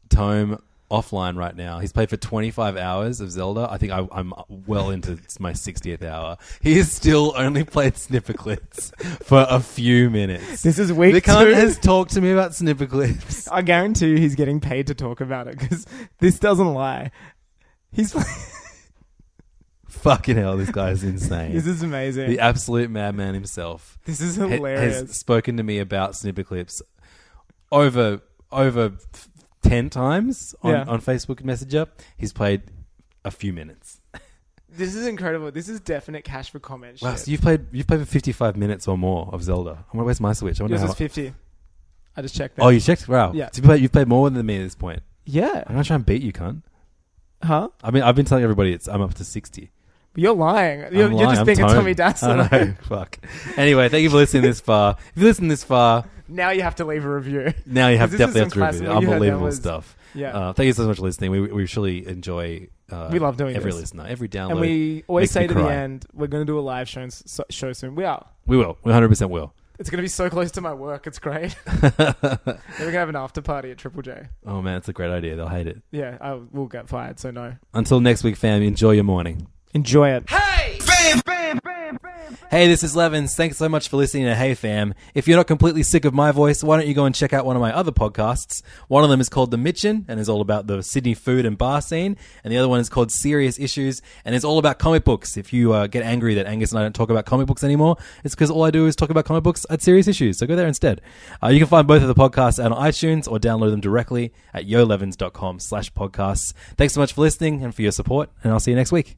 C: Tome offline right now. He's played for 25 hours of Zelda. I think I, I'm well into *laughs* my 60th hour. He has still only played Snipperclips for a few minutes.
D: This is
C: the
D: week two.
C: cunt has talked to me about Snipperclips.
D: I guarantee you he's getting paid to talk about it because this doesn't lie. He's
C: *laughs*
D: *laughs*
C: Fucking hell, this guy is insane.
D: this is amazing.
C: the absolute madman himself
D: this is
C: ha-
D: hilarious.
C: has spoken to me about Snipperclips over over f- 10 times on,
D: Yeah.
C: on Facebook Messenger. He's played a few minutes.
D: this is incredible. This is definite cash for comment.
C: Wow,
D: shit.
C: so you've played you've played for fifty five minutes or more of Zelda. I'm where's my Switch? I wonder
D: Yours
C: how.
D: is 50. I just checked that.
C: oh, you checked? Wow.
D: Yeah.
C: So you played, you've played more than me at this point. I'm
D: yeah.
C: gonna try and beat you, cunt.
D: Huh?
C: I mean, I've been telling everybody it's I'm up to sixty.
D: You're lying. You're,
C: I'm
D: you're
C: lying,
D: just
C: I'm
D: thinking
C: toned.
D: Tommy Dassler. *laughs*
C: I know. Fuck. Anyway, thank you for listening this far. If you listen this far,
D: Now you have to leave a review.
C: now
D: *laughs*
C: you have
D: Because this
C: definitely
D: is
C: have to review.
D: some classic- what you heard
C: Unbelievable
D: there was-
C: stuff.
D: Yeah.
C: Uh, thank you so much for listening. We we surely enjoy. Uh,
D: We love doing
C: every
D: this.
C: listener, every download,
D: and we always
C: makes me
D: say to the
C: cry.
D: end, we're going to do a live show, so, show soon. We are.
C: We will. We 100 percent will. *laughs*
D: It's going to be so close to my work. It's great. *laughs* Then we're going to have an after party at Triple J.
C: Oh man, it's a great idea. They'll hate it.
D: Yeah, I will get fired, so no.
C: Until next week, fam. Enjoy your morning.
D: Enjoy it.
F: Hey! Bam, bam, bam, bam, bam.
C: Hey, this is Levins. Thanks so much for listening to Hey Fam. If you're not completely sick of my voice, why don't you go and check out one of my other podcasts? One of them is called The Mitchin and is all about the Sydney food and bar scene, and the other one is called Serious Issues and it's all about comic books. If you uh, get angry that Angus and I don't talk about comic books anymore, it's because all I do is talk about comic books at Serious Issues. So go there instead. Uh, you can find both of the podcasts out on iTunes or download them directly at yolevins.com slash podcasts. Thanks so much for listening and for your support, and I'll see you next week.